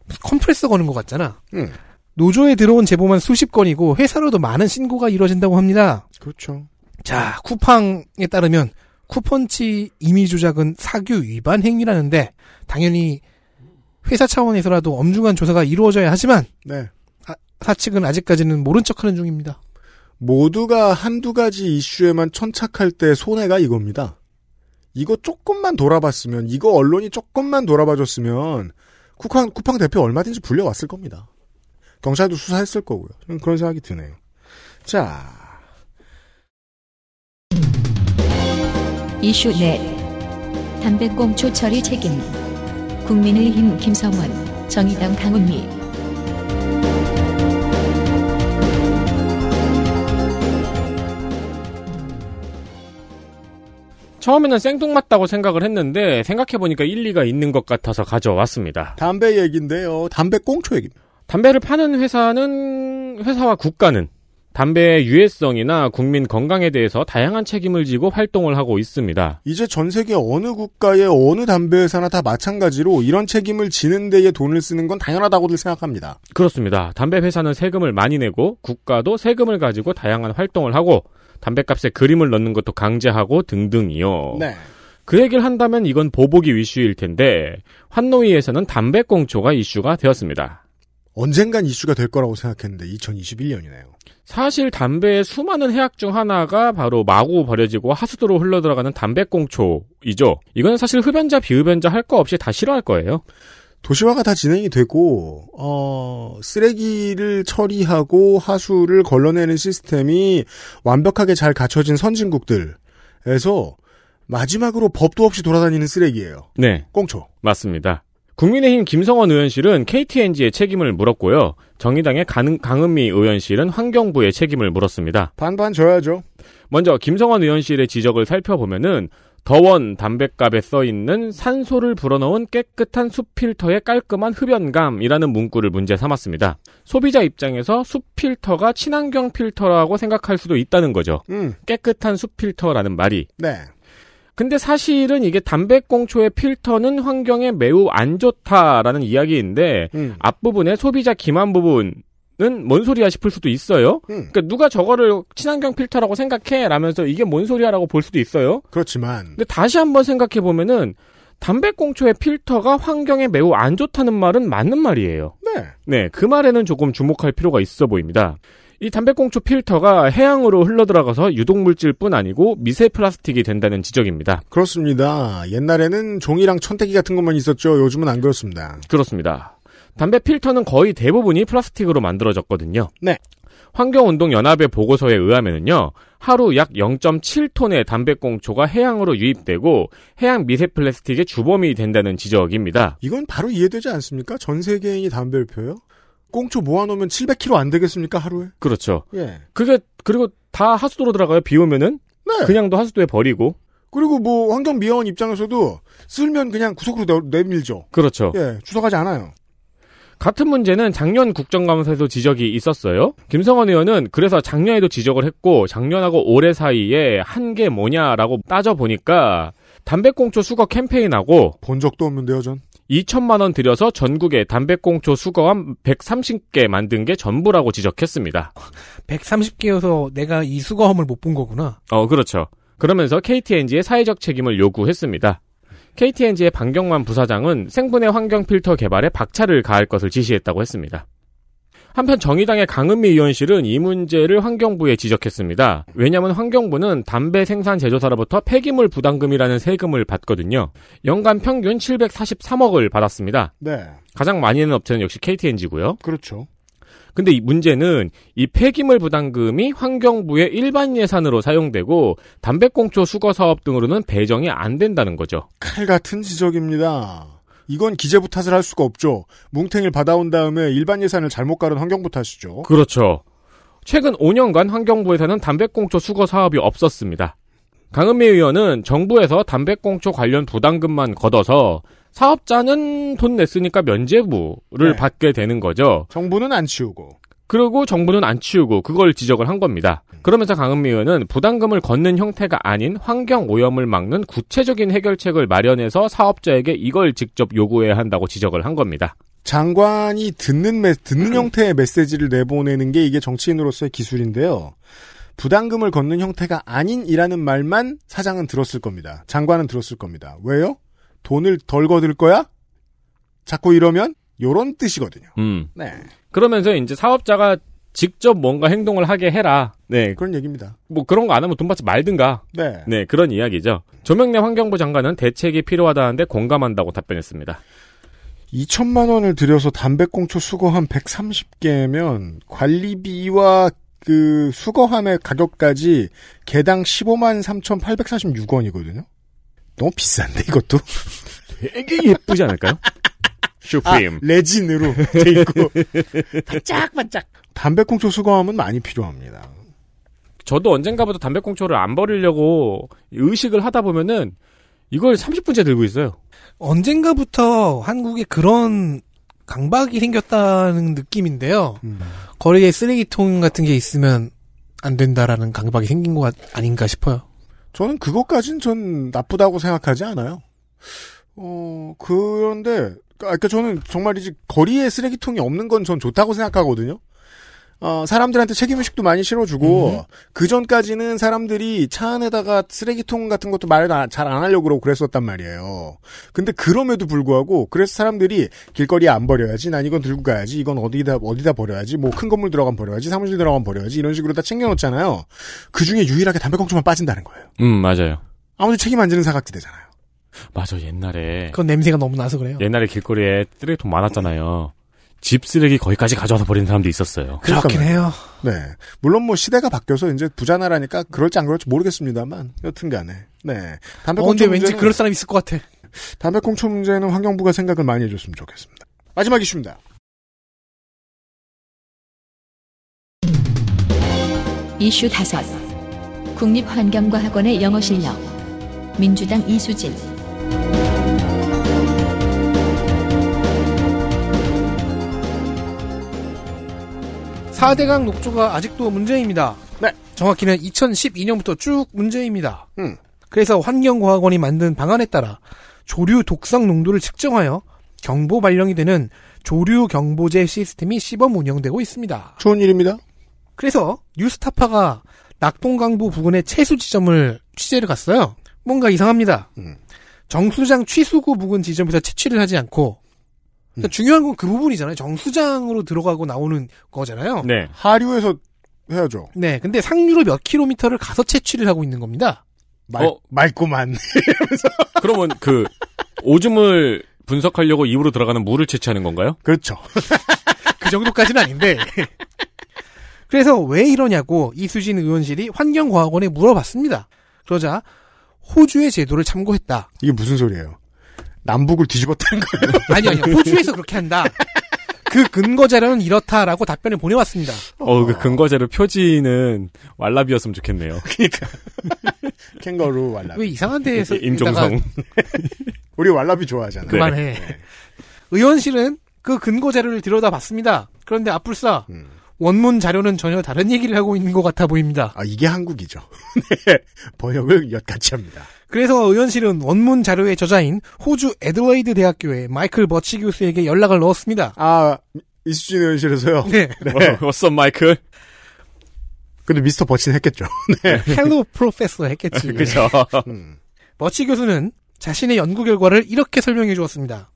Speaker 3: 무슨 컴프레서 거는 것 같잖아.
Speaker 4: 음.
Speaker 3: 노조에 들어온 제보만 수십 건이고 회사로도 많은 신고가 이루어진다고 합니다.
Speaker 4: 그렇죠.
Speaker 3: 자 쿠팡에 따르면 쿠펀치 이미 조작은 사규 위반 행위라는데 당연히 회사 차원에서라도 엄중한 조사가 이루어져야 하지만 아,
Speaker 4: 네.
Speaker 3: 사측은 아직까지는 모른 척하는 중입니다.
Speaker 4: 모두가 한두 가지 이슈에만 천착할 때 손해가 이겁니다. 이거 조금만 돌아봤으면 이거 언론이 조금만 돌아봐줬으면 쿠팡 쿠팡 대표 얼마든지 불려왔을 겁니다. 경찰도 수사했을 거고요. 저는 그런 생각이 드네요. 자,
Speaker 1: 이슈 넷 담배꽁초 처리 책임 국민의힘 김성원 정의당 강훈미
Speaker 2: 처음에는 생뚱맞다고 생각을 했는데 생각해보니까 일리가 있는 것 같아서 가져왔습니다.
Speaker 4: 담배 얘기인데요. 담배 꽁초 얘기입니다.
Speaker 2: 담배를 파는 회사는 회사와 국가는 담배의 유해성이나 국민 건강에 대해서 다양한 책임을 지고 활동을 하고 있습니다.
Speaker 4: 이제 전 세계 어느 국가의 어느 담배 회사나 다 마찬가지로 이런 책임을 지는 데에 돈을 쓰는 건 당연하다고들 생각합니다.
Speaker 2: 그렇습니다. 담배 회사는 세금을 많이 내고 국가도 세금을 가지고 다양한 활동을 하고 담배값에 그림을 넣는 것도 강제하고 등등이요.
Speaker 4: 네.
Speaker 2: 그 얘기를 한다면 이건 보복이 이슈일 텐데 환노위에서는 담배꽁초가 이슈가 되었습니다.
Speaker 4: 언젠간 이슈가 될 거라고 생각했는데 2021년이네요.
Speaker 2: 사실 담배의 수많은 해악 중 하나가 바로 마구 버려지고 하수도로 흘러들어가는 담배꽁초이죠. 이건 사실 흡연자 비흡연자 할 거 없이 다 싫어할 거예요.
Speaker 4: 도시화가 다 진행이 되고 어, 쓰레기를 처리하고 하수를 걸러내는 시스템이 완벽하게 잘 갖춰진 선진국들에서 마지막으로 법도 없이 돌아다니는 쓰레기예요.
Speaker 2: 네.
Speaker 4: 꽁초.
Speaker 2: 맞습니다. 국민의힘 김성원 의원실은 KTNG의 책임을 물었고요. 정의당의 강, 강은미 의원실은 환경부의 책임을 물었습니다.
Speaker 4: 반반 줘야죠.
Speaker 2: 먼저 김성원 의원실의 지적을 살펴보면은 더원 담배갑에 써 있는 산소를 불어넣은 깨끗한 숲필터의 깔끔한 흡연감이라는 문구를 문제 삼았습니다. 소비자 입장에서 숲필터가 친환경 필터라고 생각할 수도 있다는 거죠.
Speaker 4: 음,
Speaker 2: 깨끗한 숲필터라는 말이
Speaker 4: 네.
Speaker 2: 근데 사실은 이게 담배꽁초의 필터는 환경에 매우 안 좋다라는 이야기인데
Speaker 4: 음,
Speaker 2: 앞부분에 소비자 기만 부분은 뭔 소리야 싶을 수도 있어요.
Speaker 4: 음.
Speaker 2: 그러니까 누가 저거를 친환경 필터라고 생각해 라면서 이게 뭔 소리야라고 볼 수도 있어요.
Speaker 4: 그렇지만
Speaker 2: 근데 다시 한번 생각해 보면은 담배꽁초의 필터가 환경에 매우 안 좋다는 말은 맞는 말이에요.
Speaker 4: 네.
Speaker 2: 네, 그 말에는 조금 주목할 필요가 있어 보입니다. 이 담배꽁초 필터가 해양으로 흘러들어가서 유독물질뿐 아니고 미세 플라스틱이 된다는 지적입니다.
Speaker 4: 그렇습니다. 옛날에는 종이랑 천태기 같은 것만 있었죠. 요즘은 안 그렇습니다.
Speaker 2: 그렇습니다. 담배 필터는 거의 대부분이 플라스틱으로 만들어졌거든요.
Speaker 4: 네.
Speaker 2: 환경운동연합의 보고서에 의하면요. 하루 약 0.7톤의 담배꽁초가 해양으로 유입되고 해양 미세 플라스틱의 주범이 된다는 지적입니다.
Speaker 4: 이건 바로 이해되지 않습니까? 전 세계인이 담배를 펴요? 꽁초 모아놓으면 700kg 안 되겠습니까? 하루에?
Speaker 2: 그렇죠.
Speaker 4: 예.
Speaker 2: 그게 그리고 다 하수도로 들어가요. 비 오면은
Speaker 4: 네.
Speaker 2: 그냥도 하수도에 버리고
Speaker 4: 그리고 뭐 환경미화원 입장에서도 쓸면 그냥 구석으로 내- 내밀죠.
Speaker 2: 그렇죠.
Speaker 4: 예, 주워가지 않아요.
Speaker 2: 같은 문제는 작년 국정감사에서 지적이 있었어요. 김성원 의원은 그래서 작년에도 지적을 했고 작년하고 올해 사이에 한 게 뭐냐라고 따져보니까 담배꽁초 수거 캠페인하고
Speaker 4: 본 적도 없는데요, 전.
Speaker 2: 2천만 원 들여서 전국에 담배꽁초 수거함 130개 만든 게 전부라고 지적했습니다.
Speaker 3: 130개여서 내가 이 수거함을 못 본 거구나.
Speaker 2: 어, 그렇죠. 그러면서 KTNG의 사회적 책임을 요구했습니다. KTNG의 반경만 부사장은 생분해 환경 필터 개발에 박차를 가할 것을 지시했다고 했습니다. 한편 정의당의 강은미 의원실은 이 문제를 환경부에 지적했습니다. 왜냐하면 환경부는 담배 생산 제조사로부터 폐기물 부담금이라는 세금을 받거든요. 연간 평균 743억을 받았습니다.
Speaker 4: 네,
Speaker 2: 가장 많이 내는 업체는 역시 KTNG고요.
Speaker 4: 그렇죠.
Speaker 2: 근데 이 문제는 이 폐기물 부담금이 환경부의 일반 예산으로 사용되고 담배꽁초 수거 사업 등으로는 배정이 안 된다는 거죠.
Speaker 4: 칼 같은 지적입니다. 이건 기재부 탓을 할 수가 없죠. 뭉탱이를 받아온 다음에 일반 예산을 잘못 가른 환경부 탓이죠.
Speaker 2: 그렇죠. 최근 5년간 환경부에서는 담배꽁초 수거 사업이 없었습니다. 강은미 의원은 정부에서 담배꽁초 관련 부담금만 걷어서 사업자는 돈 냈으니까 면제부를
Speaker 4: 네.
Speaker 2: 받게 되는 거죠.
Speaker 4: 정부는 안 치우고.
Speaker 2: 그리고 정부는 안 치우고 그걸 지적을 한 겁니다. 그러면서 강은미 의원은 부담금을 걷는 형태가 아닌 환경 오염을 막는 구체적인 해결책을 마련해서 사업자에게 이걸 직접 요구해야 한다고 지적을 한 겁니다.
Speaker 4: 장관이 듣는 메, 듣는 형태의 메시지를 내보내는 게 이게 정치인으로서의 기술인데요. 부담금을 걷는 형태가 아닌이라는 말만 사장은 들었을 겁니다. 장관은 들었을 겁니다. 왜요? 돈을 덜 거들 거야? 자꾸 이러면 요런 뜻이거든요.
Speaker 2: 음.
Speaker 4: 네.
Speaker 2: 그러면서 이제 사업자가 직접 뭔가 행동을 하게 해라.
Speaker 8: 네,
Speaker 4: 그런 얘기입니다.
Speaker 2: 뭐 그런 거 안 하면 돈 받지 말든가.
Speaker 4: 네.
Speaker 2: 네, 그런 이야기죠. 조명래 환경부 장관은 대책이 필요하다는데 공감한다고 답변했습니다.
Speaker 4: 2천만 원을 들여서 담배꽁초 수거함 130개면 관리비와 그 수거함의 가격까지 개당 15만 3,846원이거든요. 너무 비싼데 이것도
Speaker 2: 되게 예쁘지 *laughs* 않을까요? 아, 슈프림.
Speaker 4: 레진으로 돼 있고 아, *laughs* 반짝반짝 담배꽁초 수거함은 많이 필요합니다.
Speaker 2: 저도 언젠가부터 담배꽁초를 안 버리려고 의식을 하다 보면은 이걸 30분째 들고 있어요.
Speaker 3: 언젠가부터 한국에 그런 강박이 생겼다는 느낌인데요.
Speaker 4: 음.
Speaker 3: 거리에 쓰레기통 같은 게 있으면 안 된다라는 강박이 생긴 것 같- 아닌가 싶어요.
Speaker 4: 저는 그것까진 전 나쁘다고 생각하지 않아요. 어, 그런데, 아까 그러니까 저는 정말이지, 거리에 쓰레기통이 없는 건 전 좋다고 생각하거든요? 어, 사람들한테 책임의식도 많이 실어주고, 그 전까지는 사람들이 차 안에다가 쓰레기통 같은 것도 말을 잘 안 하려고 그러고 그랬었단 말이에요. 근데 그럼에도 불구하고, 그래서 사람들이 길거리에 안 버려야지, 난 이건 들고 가야지, 이건 어디다, 어디다 버려야지, 뭐 큰 건물 들어가면 버려야지, 사무실 들어가면 버려야지, 이런 식으로 다 챙겨놓잖아요. 그 중에 유일하게 담배꽁초만 빠진다는 거예요.
Speaker 2: 음, 맞아요.
Speaker 4: 아무도 책임 안 지는 사각지대잖아요.
Speaker 2: 맞아, 옛날에.
Speaker 3: 그건 냄새가 너무 나서 그래요.
Speaker 2: 옛날에 길거리에 쓰레기통 많았잖아요. 집 쓰레기 거기까지 가져와서 버리는 사람도 있었어요.
Speaker 3: 그렇긴
Speaker 4: 그러니까
Speaker 3: 해요.
Speaker 4: 네. 물론 뭐 시대가 바뀌어서 이제 부자 나라니까 그럴지 안 그럴지 모르겠습니다만 여튼 간에. 네.
Speaker 3: 어, 근데
Speaker 4: 담배꽁초
Speaker 3: 왠지
Speaker 4: 문제는
Speaker 3: 그럴 사람 있을 것 같아.
Speaker 4: 담배꽁초 문제는 환경부가 생각을 많이 해 줬으면 좋겠습니다. 마지막 이슈입니다.
Speaker 1: 이슈 다섯. 국립환경과학원의 영어 실력. 민주당 이수진.
Speaker 3: 사대강 녹조가 아직도 문제입니다.
Speaker 4: 네.
Speaker 3: 정확히는 2012년부터 쭉 문제입니다.
Speaker 4: 음.
Speaker 3: 그래서 환경과학원이 만든 방안에 따라 조류 독성 농도를 측정하여 경보 발령이 되는 조류 경보제 시스템이 시범 운영되고 있습니다.
Speaker 4: 좋은 일입니다.
Speaker 3: 그래서 뉴스타파가 낙동강보 부근의 채수 지점을 취재를 갔어요. 뭔가 이상합니다.
Speaker 4: 음.
Speaker 3: 정수장 취수구 부근 지점에서 채취를 하지 않고
Speaker 4: 음.
Speaker 3: 그러니까 중요한 건 그 부분이잖아요. 정수장으로 들어가고 나오는 거잖아요.
Speaker 2: 네.
Speaker 4: 하류에서 해야죠.
Speaker 3: 네, 근데 상류로 몇 킬로미터를 가서 채취를 하고 있는 겁니다.
Speaker 4: 말,
Speaker 2: 어.
Speaker 4: 맑고만. *laughs*
Speaker 2: 그러면 그 오줌을 분석하려고 입으로 들어가는 물을 채취하는 건가요?
Speaker 4: 그렇죠.
Speaker 3: 그 정도까지는 아닌데. *laughs* 그래서 왜 이러냐고 이수진 의원실이 환경과학원에 물어봤습니다. 그러자 호주의 제도를 참고했다.
Speaker 4: 이게 무슨 소리예요? 남북을 뒤집었다는 거예요. *laughs*
Speaker 3: 아니 아니 호주에서 그렇게 한다. 그 근거 자료는 이렇다라고 답변을 보내왔습니다.
Speaker 2: 어, 그 근거자료 표지는 왈라비였으면 좋겠네요.
Speaker 4: 캥거루 왈라비.
Speaker 3: 왜 이상한 데에서
Speaker 2: 임종성. 네. *laughs*
Speaker 4: 우리 왈라비 좋아하잖아요.
Speaker 3: 그만해. 의원실은 그 근거 자료를 들여다봤습니다. 그런데 앞불사
Speaker 4: 음.
Speaker 3: 원문 자료는 전혀 다른 얘기를 하고 있는 것 같아 보입니다.
Speaker 4: 아, 이게 한국이죠. *laughs* 네. 번역을 엿같이 합니다.
Speaker 3: 그래서 의원실은 원문 자료의 저자인 호주 에드웨이드 대학교의 마이클 버치 교수에게 연락을 넣었습니다.
Speaker 4: 아, 이수진 의원실에서요.
Speaker 3: 네.
Speaker 2: 어,
Speaker 4: 네.
Speaker 2: 왓썹 마이클?
Speaker 4: 근데 미스터 버치는 했겠죠.
Speaker 3: 헬로 프로페서 했겠지.
Speaker 2: 네. *laughs* 그죠.
Speaker 4: 음.
Speaker 3: 버치 교수는 자신의 연구 결과를 이렇게 설명해 주었습니다.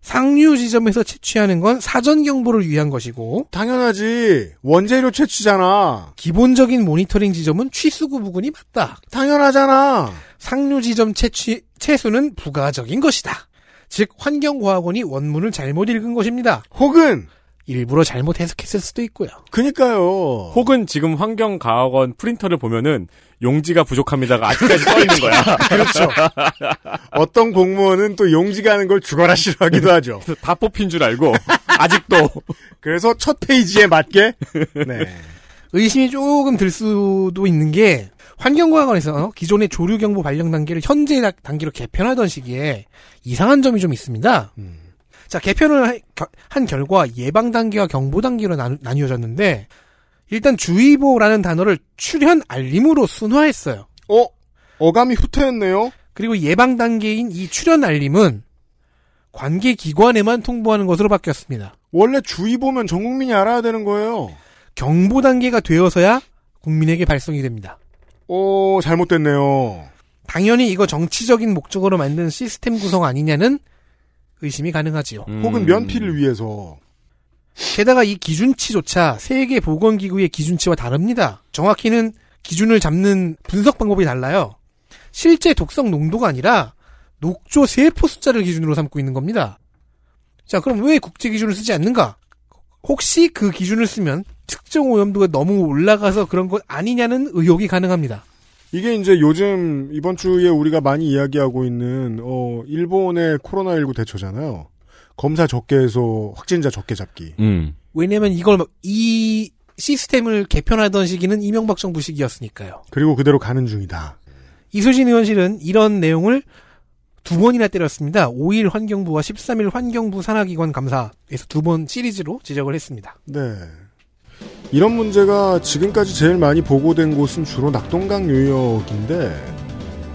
Speaker 3: 상류 지점에서 채취하는 건 사전 경보를 위한 것이고
Speaker 4: 당연하지. 원재료 채취잖아.
Speaker 3: 기본적인 모니터링 지점은 취수구 부근이 맞다.
Speaker 4: 당연하잖아.
Speaker 3: 상류 지점 채취 채수는 부가적인 것이다. 즉 환경과학원이 원문을 잘못 읽은 것입니다.
Speaker 4: 혹은
Speaker 3: 일부러 잘못 해석했을 수도 있고요.
Speaker 4: 그니까요.
Speaker 2: 혹은 지금 환경과학원 프린터를 보면은 용지가 부족합니다가 *laughs* 아직까지 써있는 거야.
Speaker 4: *laughs* 그렇죠. 어떤 공무원은 또 용지 가는 걸 죽어라 싫어하기도 하죠.
Speaker 2: 그 다 뽑힌 줄 알고, 아직도.
Speaker 4: 그래서 첫 페이지에 맞게 네.
Speaker 3: 의심이 조금 들 수도 있는 게 환경과학원에서 기존의 조류 경보 발령 단계를 현재 다- 단계로 개편하던 시기에 이상한 점이 좀 있습니다.
Speaker 4: 음.
Speaker 3: 자 개편을 하- 겨- 한 결과 예방 단계와 경보 단계로 나누, 나뉘어졌는데 일단 주의보라는 단어를 출현 알림으로 순화했어요.
Speaker 4: 어 어감이 후퇴했네요.
Speaker 3: 그리고 예방 단계인 이 출현 알림은 관계 기관에만 통보하는 것으로 바뀌었습니다.
Speaker 4: 원래 주의 보면 전 국민이 알아야 되는 거예요.
Speaker 3: 경보 단계가 되어서야 국민에게 발송이 됩니다.
Speaker 4: 어 잘못됐네요.
Speaker 3: 당연히 이거 정치적인 목적으로 만든
Speaker 4: 음.
Speaker 3: 시스템 구성 아니냐는 의심이 가능하지요.
Speaker 4: 혹은 면피를 위해서
Speaker 3: 게다가 이 기준치조차 세계 보건기구의 기준치와 다릅니다. 정확히는 기준을 잡는 분석 방법이 달라요. 실제 독성 농도가 아니라 녹조 세포 숫자를 기준으로 삼고 있는 겁니다. 자, 그럼 왜 국제 기준을 쓰지 않는가? 혹시 그 기준을 쓰면 특정 오염도가 너무 올라가서 그런 것 아니냐는 의혹이 가능합니다.
Speaker 4: 이게 이제 요즘 이번 주에 우리가 많이 이야기하고 있는 어 일본의 코로나19 대처잖아요. 검사 적게 해서 확진자 적게 잡기.
Speaker 2: 음.
Speaker 3: 왜냐면 이걸 막, 이 시스템을 개편하던 시기는 이명박 정부 시기였으니까요.
Speaker 4: 그리고 그대로 가는 중이다.
Speaker 3: 이수진 의원실은 이런 내용을 두 번이나 때렸습니다. 5일 환경부와 13일 환경부 산하기관 감사에서 두 번 시리즈로 지적을 했습니다.
Speaker 4: 네. 이런 문제가 지금까지 제일 많이 보고된 곳은 주로 낙동강 유역인데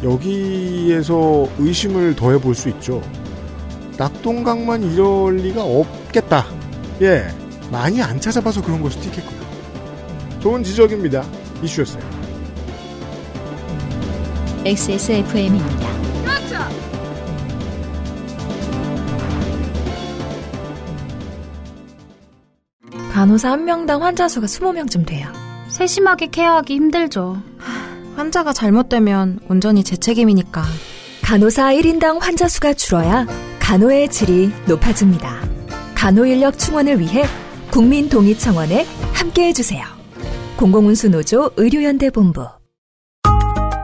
Speaker 4: 여기에서 의심을 더해볼 수 있죠. 낙동강만 이럴 리가 없겠다. 예, 많이 안 찾아봐서 그런 걸 수도 있겠군요. 좋은 지적입니다. 이슈였어요.
Speaker 1: XSFM입니다.
Speaker 6: 간호사 한 명당 환자 수가 20명쯤 돼요.
Speaker 10: 세심하게 케어하기 힘들죠.
Speaker 7: 환자가 잘못되면 온전히 제 책임이니까.
Speaker 6: 간호사 1인당 환자 수가 줄어야 간호의 질이 높아집니다. 간호 인력 충원을 위해 국민 동의 청원에 함께 해주세요. 공공운수 노조 의료연대 본부.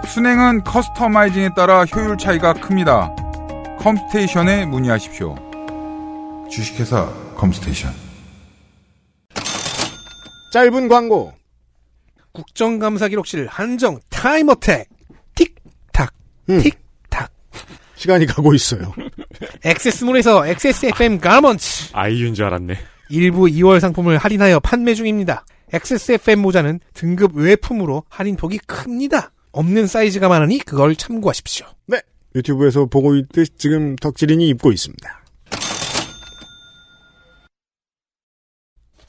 Speaker 5: 순행은 커스터마이징에 따라 효율 차이가 큽니다. 컴스테이션에 문의하십시오. 주식회사 컴스테이션.
Speaker 4: 짧은 광고.
Speaker 3: 국정감사 기록실 한정 타임어택 틱탁
Speaker 4: 음.
Speaker 3: 틱탁
Speaker 4: 시간이 가고 있어요.
Speaker 3: XS몰에서 XSFM 가먼츠
Speaker 11: 아이유인 줄 알았네.
Speaker 3: 일부 2월 상품을 할인하여 판매 중입니다. XSFM 모자는 등급 외품으로 할인폭이 큽니다. 없는 사이즈가 많으니 그걸 참고하십시오.
Speaker 4: 네, 유튜브에서 보고 있듯 지금 덕질인이 입고 있습니다.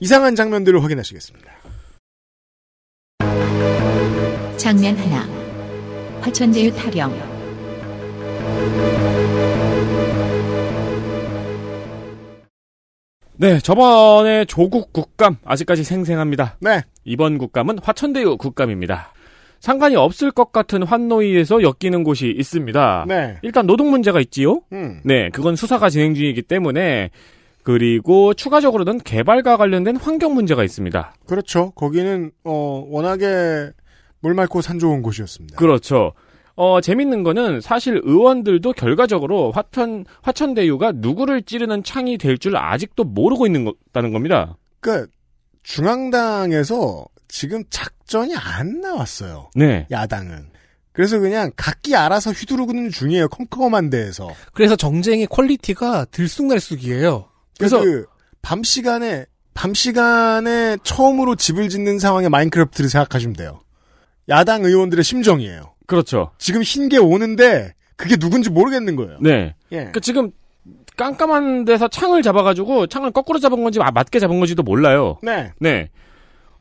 Speaker 4: 이상한 장면들을 확인하시겠습니다.
Speaker 1: 장면 하나. 화천대유 타령.
Speaker 2: 네, 저번에 조국 국감 아직까지 생생합니다.
Speaker 4: 네.
Speaker 2: 이번 국감은 화천대유 국감입니다. 상관이 없을 것 같은 환노위에서 엮이는 곳이 있습니다.
Speaker 4: 네.
Speaker 2: 일단 노동 문제가 있지요.
Speaker 4: 음.
Speaker 2: 네, 그건 수사가 진행 중이기 때문에 그리고 추가적으로는 개발과 관련된 환경 문제가 있습니다.
Speaker 4: 그렇죠. 거기는 어, 워낙에 물 맑고 산 좋은 곳이었습니다.
Speaker 2: 그렇죠. 어, 재밌는 거는 사실 의원들도 결과적으로 화천 화천대유가 누구를 찌르는 창이 될 줄 아직도 모르고 있는 거다는 겁니다.
Speaker 4: 그러니까 중앙당에서 지금 작전이 안 나왔어요.
Speaker 2: 네.
Speaker 4: 야당은. 그래서 그냥 각기 알아서 휘두르는 중이에요. 컴컴한 데에서.
Speaker 3: 그래서 정쟁의 퀄리티가 들쑥날쑥이에요.
Speaker 4: 그래서
Speaker 2: 그래서-
Speaker 4: 밤 시간에 밤 시간에 처음으로 집을 짓는 상황의 마인크래프트를 생각하시면 돼요. 야당 의원들의 심정이에요.
Speaker 2: 그렇죠.
Speaker 4: 지금 흰 게 오는데 그게 누군지 모르겠는 거예요.
Speaker 2: 네.
Speaker 4: 예.
Speaker 2: 그 지금 깜깜한 데서 창을 잡아가지고 창을 거꾸로 잡은 건지 아, 맞게 잡은 건지도 몰라요.
Speaker 4: 네.
Speaker 2: 네.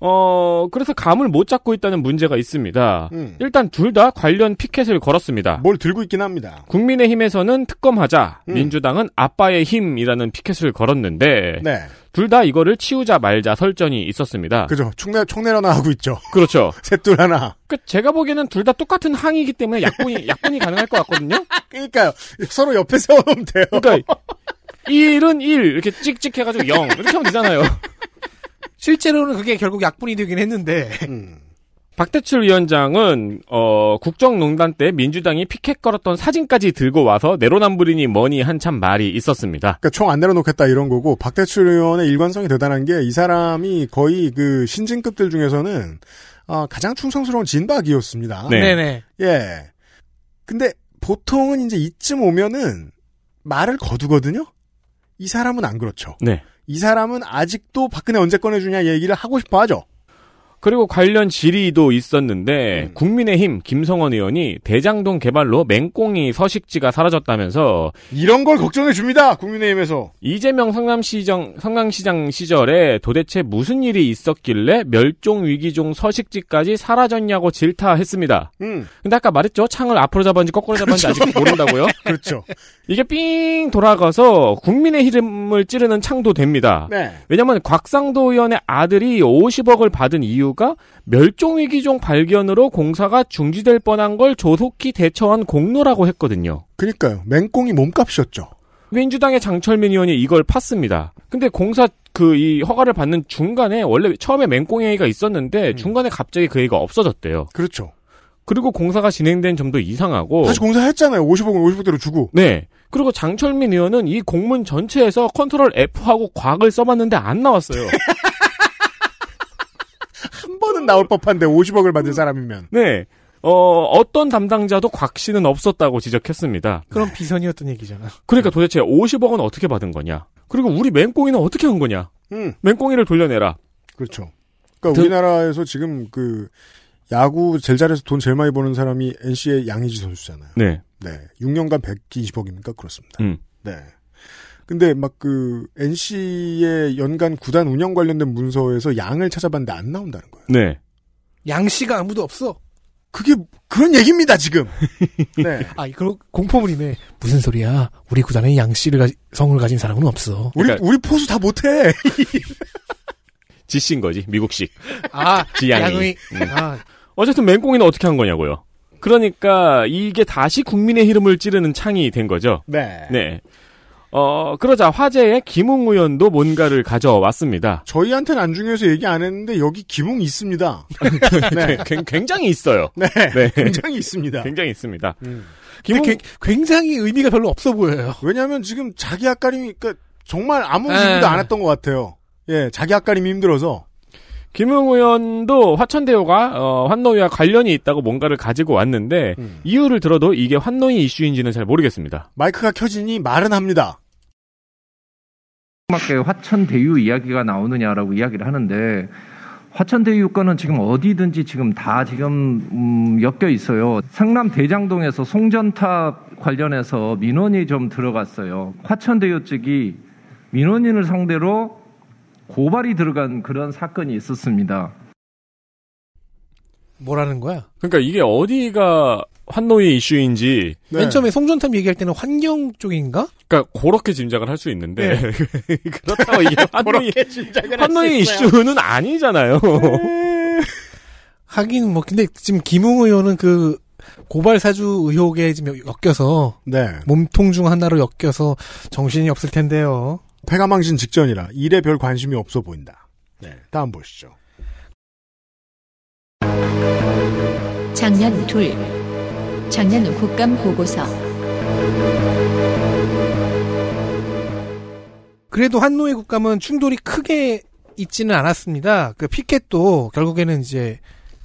Speaker 2: 어 그래서 감을 못 잡고 있다는 문제가 있습니다.
Speaker 4: 음.
Speaker 2: 일단 둘 다 관련 피켓을 걸었습니다.
Speaker 4: 뭘 들고 있긴 합니다.
Speaker 2: 국민의힘에서는 특검하자,
Speaker 4: 음.
Speaker 2: 민주당은 아빠의 힘이라는 피켓을 걸었는데
Speaker 4: 네.
Speaker 2: 둘 다 이거를 치우자 말자 설전이 있었습니다. 그... 그렇죠.
Speaker 4: 그죠. 총내 총내려 나하고 있죠. *laughs*
Speaker 2: 렇죠
Speaker 4: 셋둘 하나.
Speaker 2: 그 제가 보기에는 둘 다 똑같은 항이기 때문에 *laughs* 약분이 약분이 가능할 것 같거든요.
Speaker 4: 그러니까요. 서로 옆에 세워놓으면 돼요.
Speaker 2: 그러니까 1은 1 이렇게 찍찍 해가지고 0 이렇게 하면 되잖아요. *laughs*
Speaker 3: 실제로는 그게 결국 약분이 되긴 했는데
Speaker 4: 음.
Speaker 2: 박대출 위원장은 어, 국정농단 때 민주당이 피켓 걸었던 사진까지 들고 와서 내로남불이니 뭐니 한참 말이 있었습니다.
Speaker 4: 그러니까 총 안 내려놓겠다 이런 거고 박대출 의원의 일관성이 대단한 게 이 사람이 거의 그 신진급들 중에서는 아, 가장 충성스러운 진박이었습니다.
Speaker 2: 네.
Speaker 3: 네네
Speaker 4: 예. 근데 보통은 이제 이쯤 오면은 말을 거두거든요? 이 사람은 안 그렇죠.
Speaker 2: 네.
Speaker 4: 이 사람은 아직도 박근혜 언제 꺼내주냐 얘기를 하고 싶어 하죠.
Speaker 2: 그리고 관련 질의도 있었는데 국민의힘 김성원 의원이 대장동 개발로 맹꽁이 서식지가 사라졌다면서
Speaker 4: 이런 걸 걱정해 줍니다. 국민의힘에서.
Speaker 2: 이재명 성남시장 성남시장 시절에 도대체 무슨 일이 있었길래 멸종 위기종 서식지까지 사라졌냐고 질타했습니다.
Speaker 4: 음.
Speaker 2: 근데 아까 말했죠 창을 앞으로 잡았는지 거꾸로 잡았는지 아직 모른다고요.
Speaker 4: 그렇죠.
Speaker 2: 이게 삥 돌아가서 국민의 힘을 찌르는 창도 됩니다.
Speaker 4: 네.
Speaker 2: 왜냐면 곽상도 의원의 아들이 50억을 받은 이유가 멸종위기종 발견으로 공사가 중지될 뻔한 걸 조속히 대처한 공로라고 했거든요.
Speaker 4: 그니까요. 맹꽁이 몸값이었죠.
Speaker 2: 민주당의 장철민 의원이 이걸 팠습니다. 근데 공사 그 이 허가를 받는 중간에 원래 처음에 맹꽁이가
Speaker 4: 음.
Speaker 2: 있었는데 중간에 갑자기 그 애가 없어졌대요.
Speaker 4: 그렇죠.
Speaker 2: 그리고 공사가 진행된 점도 이상하고
Speaker 4: 다시 공사했잖아요. 50억은 50억대로 주고.
Speaker 2: 네. 그리고 장철민 의원은 이 공문 전체에서 컨트롤 F하고 곽을 써봤는데 안
Speaker 4: *laughs*
Speaker 2: 나왔어요.
Speaker 4: 한 번은 나올 법한데 50억을 받은 사람이면.
Speaker 2: 네. 어, 어떤 담당자도 곽 씨는 없었다고 지적했습니다.
Speaker 3: 그럼 비선이었던 얘기잖아.
Speaker 2: 그러니까 도대체 50억은 어떻게 받은 거냐? 그리고 우리 맹꽁이는 어떻게 한 거냐?
Speaker 4: 음.
Speaker 2: 맹꽁이를 돌려내라.
Speaker 4: 그렇죠. 그러니까 우리나라에서 지금 그 야구 제일 잘해서 돈 제일 많이 버는 사람이 NC의 양의지 선수잖아요.
Speaker 2: 네.
Speaker 4: 네. 6년간 120억입니까? 그렇습니다.
Speaker 2: 음.
Speaker 4: 네. 근데 막 그 NC의 연간 구단 운영 관련된 문서에서 양을 찾아봤는데 안 나온다는 거예요.
Speaker 2: 네.
Speaker 3: 양씨가 아무도 없어.
Speaker 4: 그게 그런
Speaker 2: *laughs*
Speaker 4: 얘기입니다, 지금. 네.
Speaker 3: 아, 그럼 공포물이네. 무슨 소리야? 우리 구단에 양씨를 가지, 성을 가진 사람은 없어.
Speaker 4: 우리
Speaker 2: 그러니까-
Speaker 4: 우리 포수 다 못해.
Speaker 2: 지씨인 거지. 미국식.
Speaker 3: 아,
Speaker 2: 지양이. 음.
Speaker 3: 아,
Speaker 2: 어쨌든 맹꽁이는 어떻게 한 거냐고요. 그러니까 이게 다시 국민의 희름을 찌르는 창이 된 거죠.
Speaker 4: 네.
Speaker 2: 네. 어, 그러자 화제에 김웅 의원도 뭔가를 가져왔습니다.
Speaker 4: 저희한테는 안 중요해서 얘기 안 했는데 여기 기몽 있습니다. 네.
Speaker 2: *laughs* 굉- 굉장히 있어요.
Speaker 4: 네.
Speaker 2: *laughs* 네.
Speaker 4: *laughs* 굉장히 있습니다.
Speaker 2: 굉장히 있습니다.
Speaker 4: 음.
Speaker 2: 김웅
Speaker 3: 근데 굉- 굉장히 의미가 별로 없어 보여요.
Speaker 4: 왜냐하면 지금 자기 앞가림이 그러니까 정말 아무
Speaker 2: 네.
Speaker 3: 에.
Speaker 4: 준비도 안 했던 것 같아요. 예, 자기 앞가림이 힘들어서
Speaker 2: 김웅 의원도 화천대유가 어, 환노위와 관련이 있다고 뭔가를 가지고 왔는데
Speaker 4: 음.
Speaker 2: 이유를 들어도 이게 환노위 이슈인지는 잘 모르겠습니다.
Speaker 4: 마이크가 켜지니 말은 합니다.
Speaker 6: 밖에 화천대유 이야기가 나오느냐라고 이야기를 하는데 화천대유 건은 지금 어디든지 지금 다 지금 음, 엮여 있어요. 상남 대장동에서 송전탑 관련해서 민원이 좀 들어갔어요. 화천대유 측이 민원인을 상대로 고발이 들어간 그런 사건이 있었습니다.
Speaker 3: 뭐라는 거야?
Speaker 2: 그러니까 이게 어디가 환노위 이슈인지
Speaker 4: 네.
Speaker 3: 맨 처음에 송전탑 얘기할 때는 환경 쪽인가?
Speaker 2: 그러니까 그렇게 짐작을 할 수 있는데 네. *laughs* 그렇다고 이게 환노위 환노위 이슈는 아니잖아요. 네.
Speaker 3: 하긴 뭐 근데 지금 김웅 의원은 그 고발 사주 의혹에 지금 엮여서
Speaker 4: 네,
Speaker 3: 몸통 중 하나로 엮여서 정신이 없을 텐데요.
Speaker 4: 폐가망신 직전이라 일에 별 관심이 없어 보인다. 네, 다음 보시죠.
Speaker 1: 작년 둘 작년 국감 보고서
Speaker 3: 그래도 한노의 국감은 충돌이 크게 있지는 않았습니다. 그 피켓도 결국에는 이제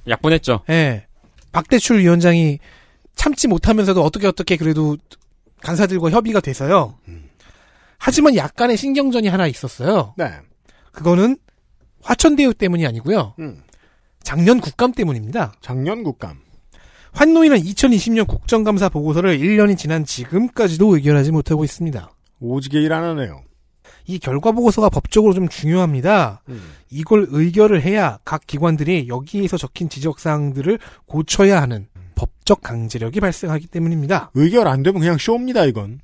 Speaker 2: 약분했죠.
Speaker 3: 예. 박대출 위원장이 참지 못하면서도 어떻게 어떻게 그래도 간사들과 협의가 돼서요. 하지만 약간의 신경전이 하나 있었어요.
Speaker 4: 네,
Speaker 3: 그거는 화천대유 때문이 아니고요.
Speaker 4: 음.
Speaker 3: 작년 국감 때문입니다.
Speaker 4: 작년 국감.
Speaker 3: 환노인은 2020년 국정감사 보고서를 1년이 지난 지금까지도 의결하지 못하고 있습니다.
Speaker 4: 오지게 일 안 하네요.
Speaker 3: 이 결과 보고서가 법적으로 좀 중요합니다.
Speaker 4: 음.
Speaker 3: 이걸 의결을 해야 각 기관들이 여기에서 적힌 지적사항들을 고쳐야 하는 법적 강제력이 발생하기 때문입니다.
Speaker 4: 의결 안 되면 그냥 쇼입니다, 이건.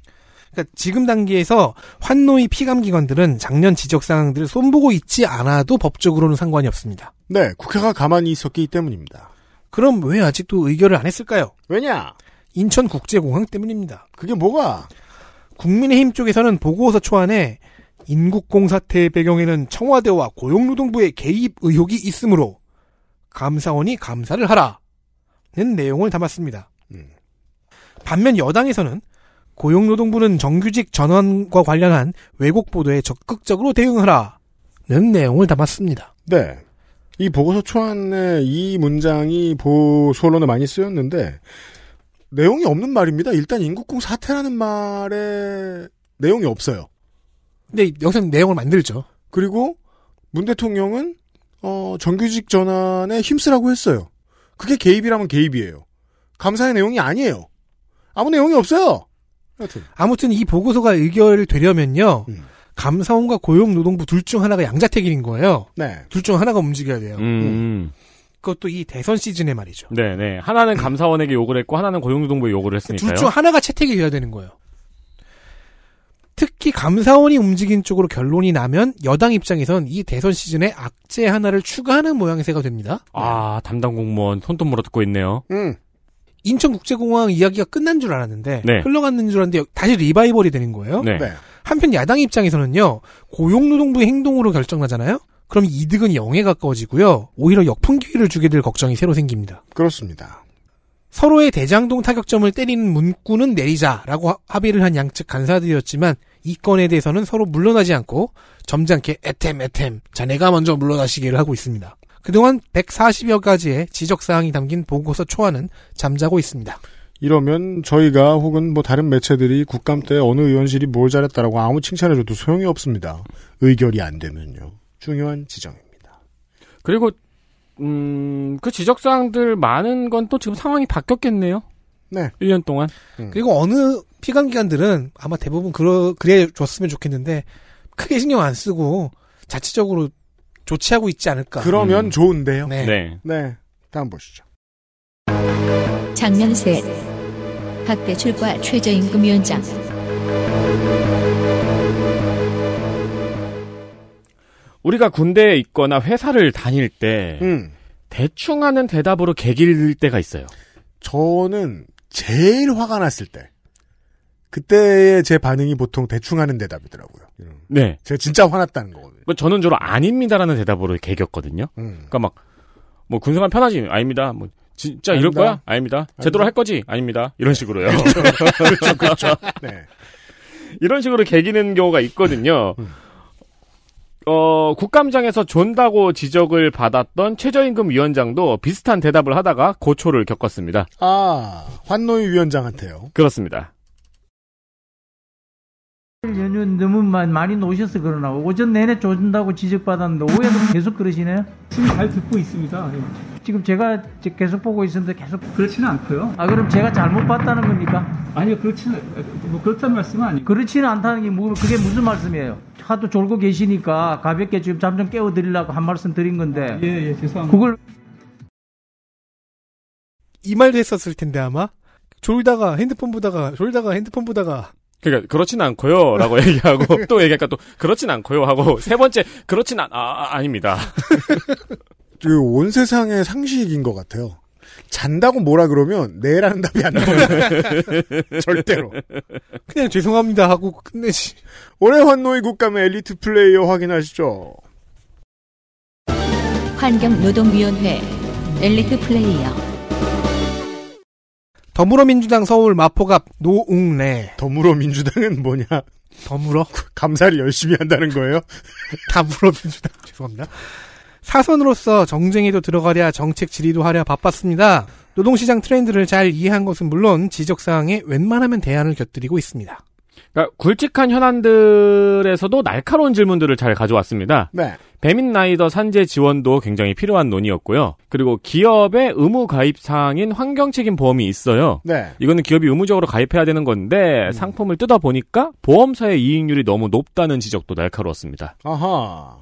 Speaker 3: 그러니까 지금 단계에서 환노의 피감기관들은 작년 지적사항들을 손보고 있지 않아도 법적으로는 상관이 없습니다.
Speaker 4: 네, 국회가 가만히 있었기 때문입니다.
Speaker 3: 그럼 왜 아직도 의결을 안 했을까요?
Speaker 4: 왜냐?
Speaker 3: 인천국제공항 때문입니다.
Speaker 4: 그게 뭐가?
Speaker 3: 국민의힘 쪽에서는 보고서 초안에 인국공 사태의 배경에는 청와대와 고용노동부의 개입 의혹이 있으므로 감사원이 감사를 하라는 내용을 담았습니다.
Speaker 4: 음.
Speaker 3: 반면 여당에서는 고용노동부는 정규직 전환과 관련한 왜곡 보도에 적극적으로 대응하라는 내용을 담았습니다.
Speaker 4: 네. 이 보고서 초안에 이 문장이 보소론에 많이 쓰였는데 내용이 없는 말입니다. 일단 인국공 사태라는 말에 내용이 없어요.
Speaker 3: 근데 여기서 내용을 만들죠.
Speaker 4: 그리고 문 대통령은 어, 정규직 전환에 힘쓰라고 했어요. 그게 개입이라면 개입이에요. 감사의 내용이 아니에요. 아무 내용이 없어요. 여튼.
Speaker 3: 아무튼 이 보고서가 의결되려면요. 감사원과 고용노동부 둘 중 하나가 양자택일인 거예요.
Speaker 4: 네.
Speaker 3: 둘 중 하나가 움직여야 돼요.
Speaker 2: 음.
Speaker 3: 그것도 이 대선 시즌에 말이죠.
Speaker 2: 네, 네. 하나는 감사원에게 욕을 했고 하나는 고용노동부에 욕을 했으니까요.
Speaker 3: 둘 중 하나가 채택이 돼야 되는 거예요. 특히 감사원이 움직인 쪽으로 결론이 나면 여당 입장에선 이 대선 시즌에 악재 하나를 추가하는 모양새가 됩니다.
Speaker 2: 아, 담당 공무원 손톱 물어뜯고 있네요.
Speaker 4: 음.
Speaker 3: 인천국제공항 이야기가 끝난 줄 알았는데
Speaker 2: 네.
Speaker 3: 흘러갔는 줄 알았는데 다시 리바이벌이 되는 거예요.
Speaker 2: 네.
Speaker 4: 네.
Speaker 3: 한편 야당 입장에서는요 고용노동부의 행동으로 결정나잖아요. 그럼 이득은 0에 가까워지고요 오히려 역풍 기회를 주게 될 걱정이 새로 생깁니다.
Speaker 4: 그렇습니다.
Speaker 3: 서로의 대장동 타격점을 때리는 문구는 내리자라고 하- 합의를 한 양측 간사들이었지만 이 건에 대해서는 서로 물러나지 않고 점잖게 에템 에템 자네가 먼저 물러나시기를 하고 있습니다. 그동안 140여 가지의 지적사항이 담긴 보고서 초안은 잠자고 있습니다.
Speaker 4: 이러면 저희가 혹은 뭐 다른 매체들이 국감 때 어느 의원실이 뭘 잘했다라고 아무 칭찬해줘도 소용이 없습니다. 의결이 안 되면요. 중요한 지정입니다.
Speaker 2: 그리고 음, 그 지적 사항들 많은 건 또 지금 상황이 바뀌었겠네요.
Speaker 4: 네.
Speaker 2: 1년 동안.
Speaker 3: 그리고 어느 피감기관들은 아마 대부분 그러, 그래 줬으면 좋겠는데 크게 신경 안 쓰고 자체적으로 조치하고 있지 않을까.
Speaker 4: 그러면 좋은데요.
Speaker 3: 네.
Speaker 2: 네.
Speaker 4: 네. 다음 보시죠.
Speaker 1: 장면 셋 박대출과 최저임금 위원장
Speaker 2: 우리가 군대에 있거나 회사를 다닐 때
Speaker 4: 음.
Speaker 2: 대충 하는 대답으로 개길 때가 있어요.
Speaker 4: 저는 제일 화가 났을 때 그때의 제 반응이 보통 대충 하는 대답이더라고요. 이런.
Speaker 2: 네.
Speaker 4: 제가 진짜 화났다는 거거든요. *laughs*
Speaker 2: 뭐 저는 주로 아닙니다라는 대답으로 개겼거든요.
Speaker 4: 음.
Speaker 2: 그러니까 막, 뭐, 군생활 편하지? 아닙니다. 뭐, 진짜 이럴
Speaker 4: 아닙니다.
Speaker 2: 거야? 아닙니다. 제대로 할 거지? 아닙니다. 이런 식으로요. *laughs*
Speaker 4: 그렇죠, 그렇죠. 네.
Speaker 2: 이런 식으로 개기는 경우가 있거든요.
Speaker 4: 음.
Speaker 2: 어, 국감장에서 존다고 지적을 받았던 최저임금 위원장도 비슷한 대답을 하다가 고초를 겪었습니다.
Speaker 4: 아, 환노위 위원장한테요.
Speaker 2: 그렇습니다.
Speaker 12: 설 연휴 너무 마- 많이 노셔서 그러나 오전 내내 조준다고 지적받았는데 오후에도 계속 그러시네요? 지금 잘 듣고 있습니다. 지금 제가 지- 계속 보고 있었는데 계속 그렇지는 않고요. 아 그럼 제가 잘못 봤다는 겁니까? 아니요 그렇지는 뭐 그렇다는 말씀은 아니고 그렇지는 않다는 게 뭐, 그게 무슨 말씀이에요? 하도 졸고 계시니까 가볍게 지금 잠 좀 깨워드리려고 한 말씀 드린 건데 예예 죄송합니다. 그걸
Speaker 3: 이 말도 했었을 텐데 아마 졸다가 핸드폰 보다가 졸다가 핸드폰 보다가
Speaker 2: 그러니까 그렇진 않고요
Speaker 4: *laughs*
Speaker 2: 라고 얘기하고 또 얘기하니까 또 그렇진 않고요 하고 세 번째 그렇진 않, 아, 아, 아닙니다.
Speaker 4: 그 온 세상의 상식인 것 같아요. 잔다고 뭐라 그러면 네라는 답이 안 나와요. *laughs* 절대로.
Speaker 3: 그냥 죄송합니다 하고 끝내지.
Speaker 4: 올해 환노위 국감의 엘리트 플레이어 확인하시죠.
Speaker 1: 환경노동위원회 엘리트 플레이어
Speaker 3: 더불어민주당 서울 마포갑 노웅래
Speaker 4: 더불어민주당은 뭐냐?
Speaker 3: 더불어
Speaker 4: 감사를 열심히 한다는 거예요?
Speaker 3: *laughs* 더불어민주당 죄송합니다. 사선으로서 정쟁에도 들어가랴 정책 질의도 하랴 바빴습니다. 노동시장 트렌드를 잘 이해한 것은 물론 지적사항에 웬만하면 대안을 곁들이고 있습니다.
Speaker 2: 그러니까 굵직한 현안들에서도 날카로운 질문들을 잘 가져왔습니다.
Speaker 4: 네.
Speaker 2: 배민라이더 산재 지원도 굉장히 필요한 논의였고요. 그리고 기업의 의무 가입 사항인 환경 책임 보험이 있어요.
Speaker 4: 네.
Speaker 2: 이거는 기업이 의무적으로 가입해야 되는 건데 상품을 뜯어 보니까 보험사의 이익률이 너무 높다는 지적도 날카로웠습니다.
Speaker 4: 아하.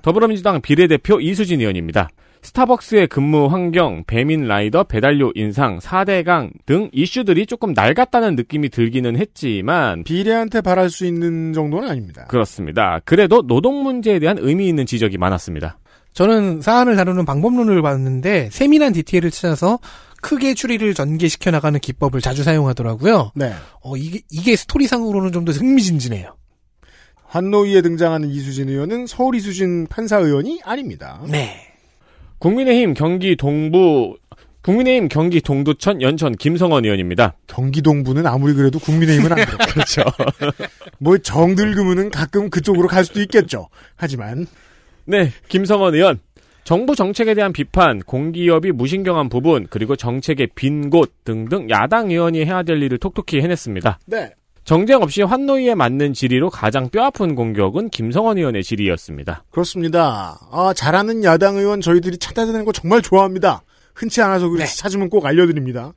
Speaker 2: 더불어민주당 비례대표 이수진 의원입니다. 스타벅스의 근무 환경, 배민 라이더 배달료 인상, 4대강 등 이슈들이 조금 낡았다는 느낌이 들기는 했지만
Speaker 4: 비례한테 바랄 수 있는 정도는 아닙니다.
Speaker 2: 그렇습니다. 그래도 노동 문제에 대한 의미 있는 지적이 많았습니다.
Speaker 3: 저는 사안을 다루는 방법론을 봤는데 세밀한 디테일을 찾아서 크게 추리를 전개시켜 나가는 기법을 자주 사용하더라고요.
Speaker 4: 네.
Speaker 3: 어, 이게, 이게 스토리상으로는 좀 더 흥미진진해요.
Speaker 4: 한노위에 등장하는 이수진 의원은 서울 이수진 판사 의원이 아닙니다.
Speaker 3: 네.
Speaker 2: 국민의힘 경기 동부 국민의힘 경기 동두천 연천 김성원 의원입니다.
Speaker 4: 경기동부는 아무리 그래도
Speaker 2: *laughs*
Speaker 4: 국민의힘은 안 들어.
Speaker 2: 그렇죠.
Speaker 4: *laughs* 뭐 정들그면은 가끔 그쪽으로 갈 수도 있겠죠. 하지만
Speaker 2: 네, 김성원 의원. 정부 정책에 대한 비판, 공기업이 무신경한 부분, 그리고 정책의 빈 곳 등등 야당 의원이 해야 될 일을 톡톡히 해냈습니다.
Speaker 4: 네.
Speaker 8: 정쟁 없이 환노위에 맞는 질의로 가장 뼈아픈 공격은 김성원 의원의 질의였습니다.
Speaker 4: 그렇습니다. 아, 잘하는 야당 의원 저희들이 찾아다니는 거 정말 좋아합니다. 흔치 않아서
Speaker 2: 네.
Speaker 4: 그래서 찾으면 꼭 알려드립니다.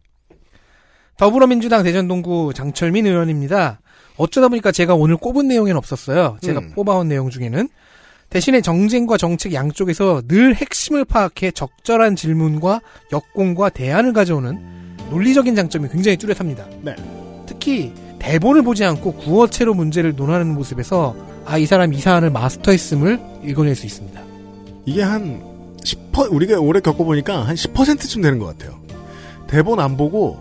Speaker 3: 더불어민주당 대전동구 장철민 의원입니다. 어쩌다 보니까 제가 오늘 꼽은 내용에는 없었어요. 제가
Speaker 4: 음.
Speaker 3: 뽑아온 내용 중에는 대신에 정쟁과 정책 양쪽에서 늘 핵심을 파악해 적절한 질문과 역공과 대안을 가져오는 논리적인 장점이 굉장히 뚜렷합니다.
Speaker 4: 네.
Speaker 3: 특히 대본을 보지 않고 구어체로 문제를 논하는 모습에서 아 이 사람 이 사안을 마스터했음을 읽어낼 수 있습니다.
Speaker 4: 이게 한 10%, 우리가 올해 겪어보니까 한 10%쯤 되는 것 같아요. 대본 안 보고,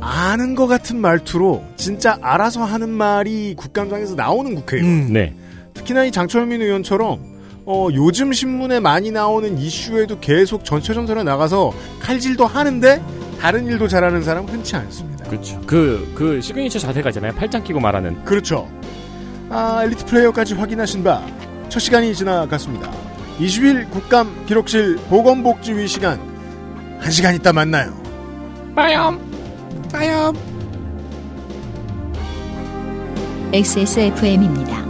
Speaker 4: 아는 것 같은 말투로, 진짜 알아서 하는 말이 국감장에서 나오는 국회예요.
Speaker 3: 음.
Speaker 8: 네.
Speaker 4: 특히나 이 장철민 의원처럼, 어, 요즘 신문에 많이 나오는 이슈에도 계속 전체전선에 나가서 칼질도 하는데, 다른 일도 잘하는 사람은 흔치 않습니다.
Speaker 8: 그렇죠. 그, 그 시그니처 자세가 있잖아요. 팔짱 끼고 말하는.
Speaker 4: 그렇죠. 아, 엘리트 플레이어까지 확인하신 바, 첫 시간이 지나갔습니다. 20일 국감 기록실 보건복지위 시간, 한 시간 있다 만나요.
Speaker 3: 빠염 빠염
Speaker 1: XSFM입니다.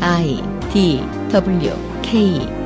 Speaker 1: I D W K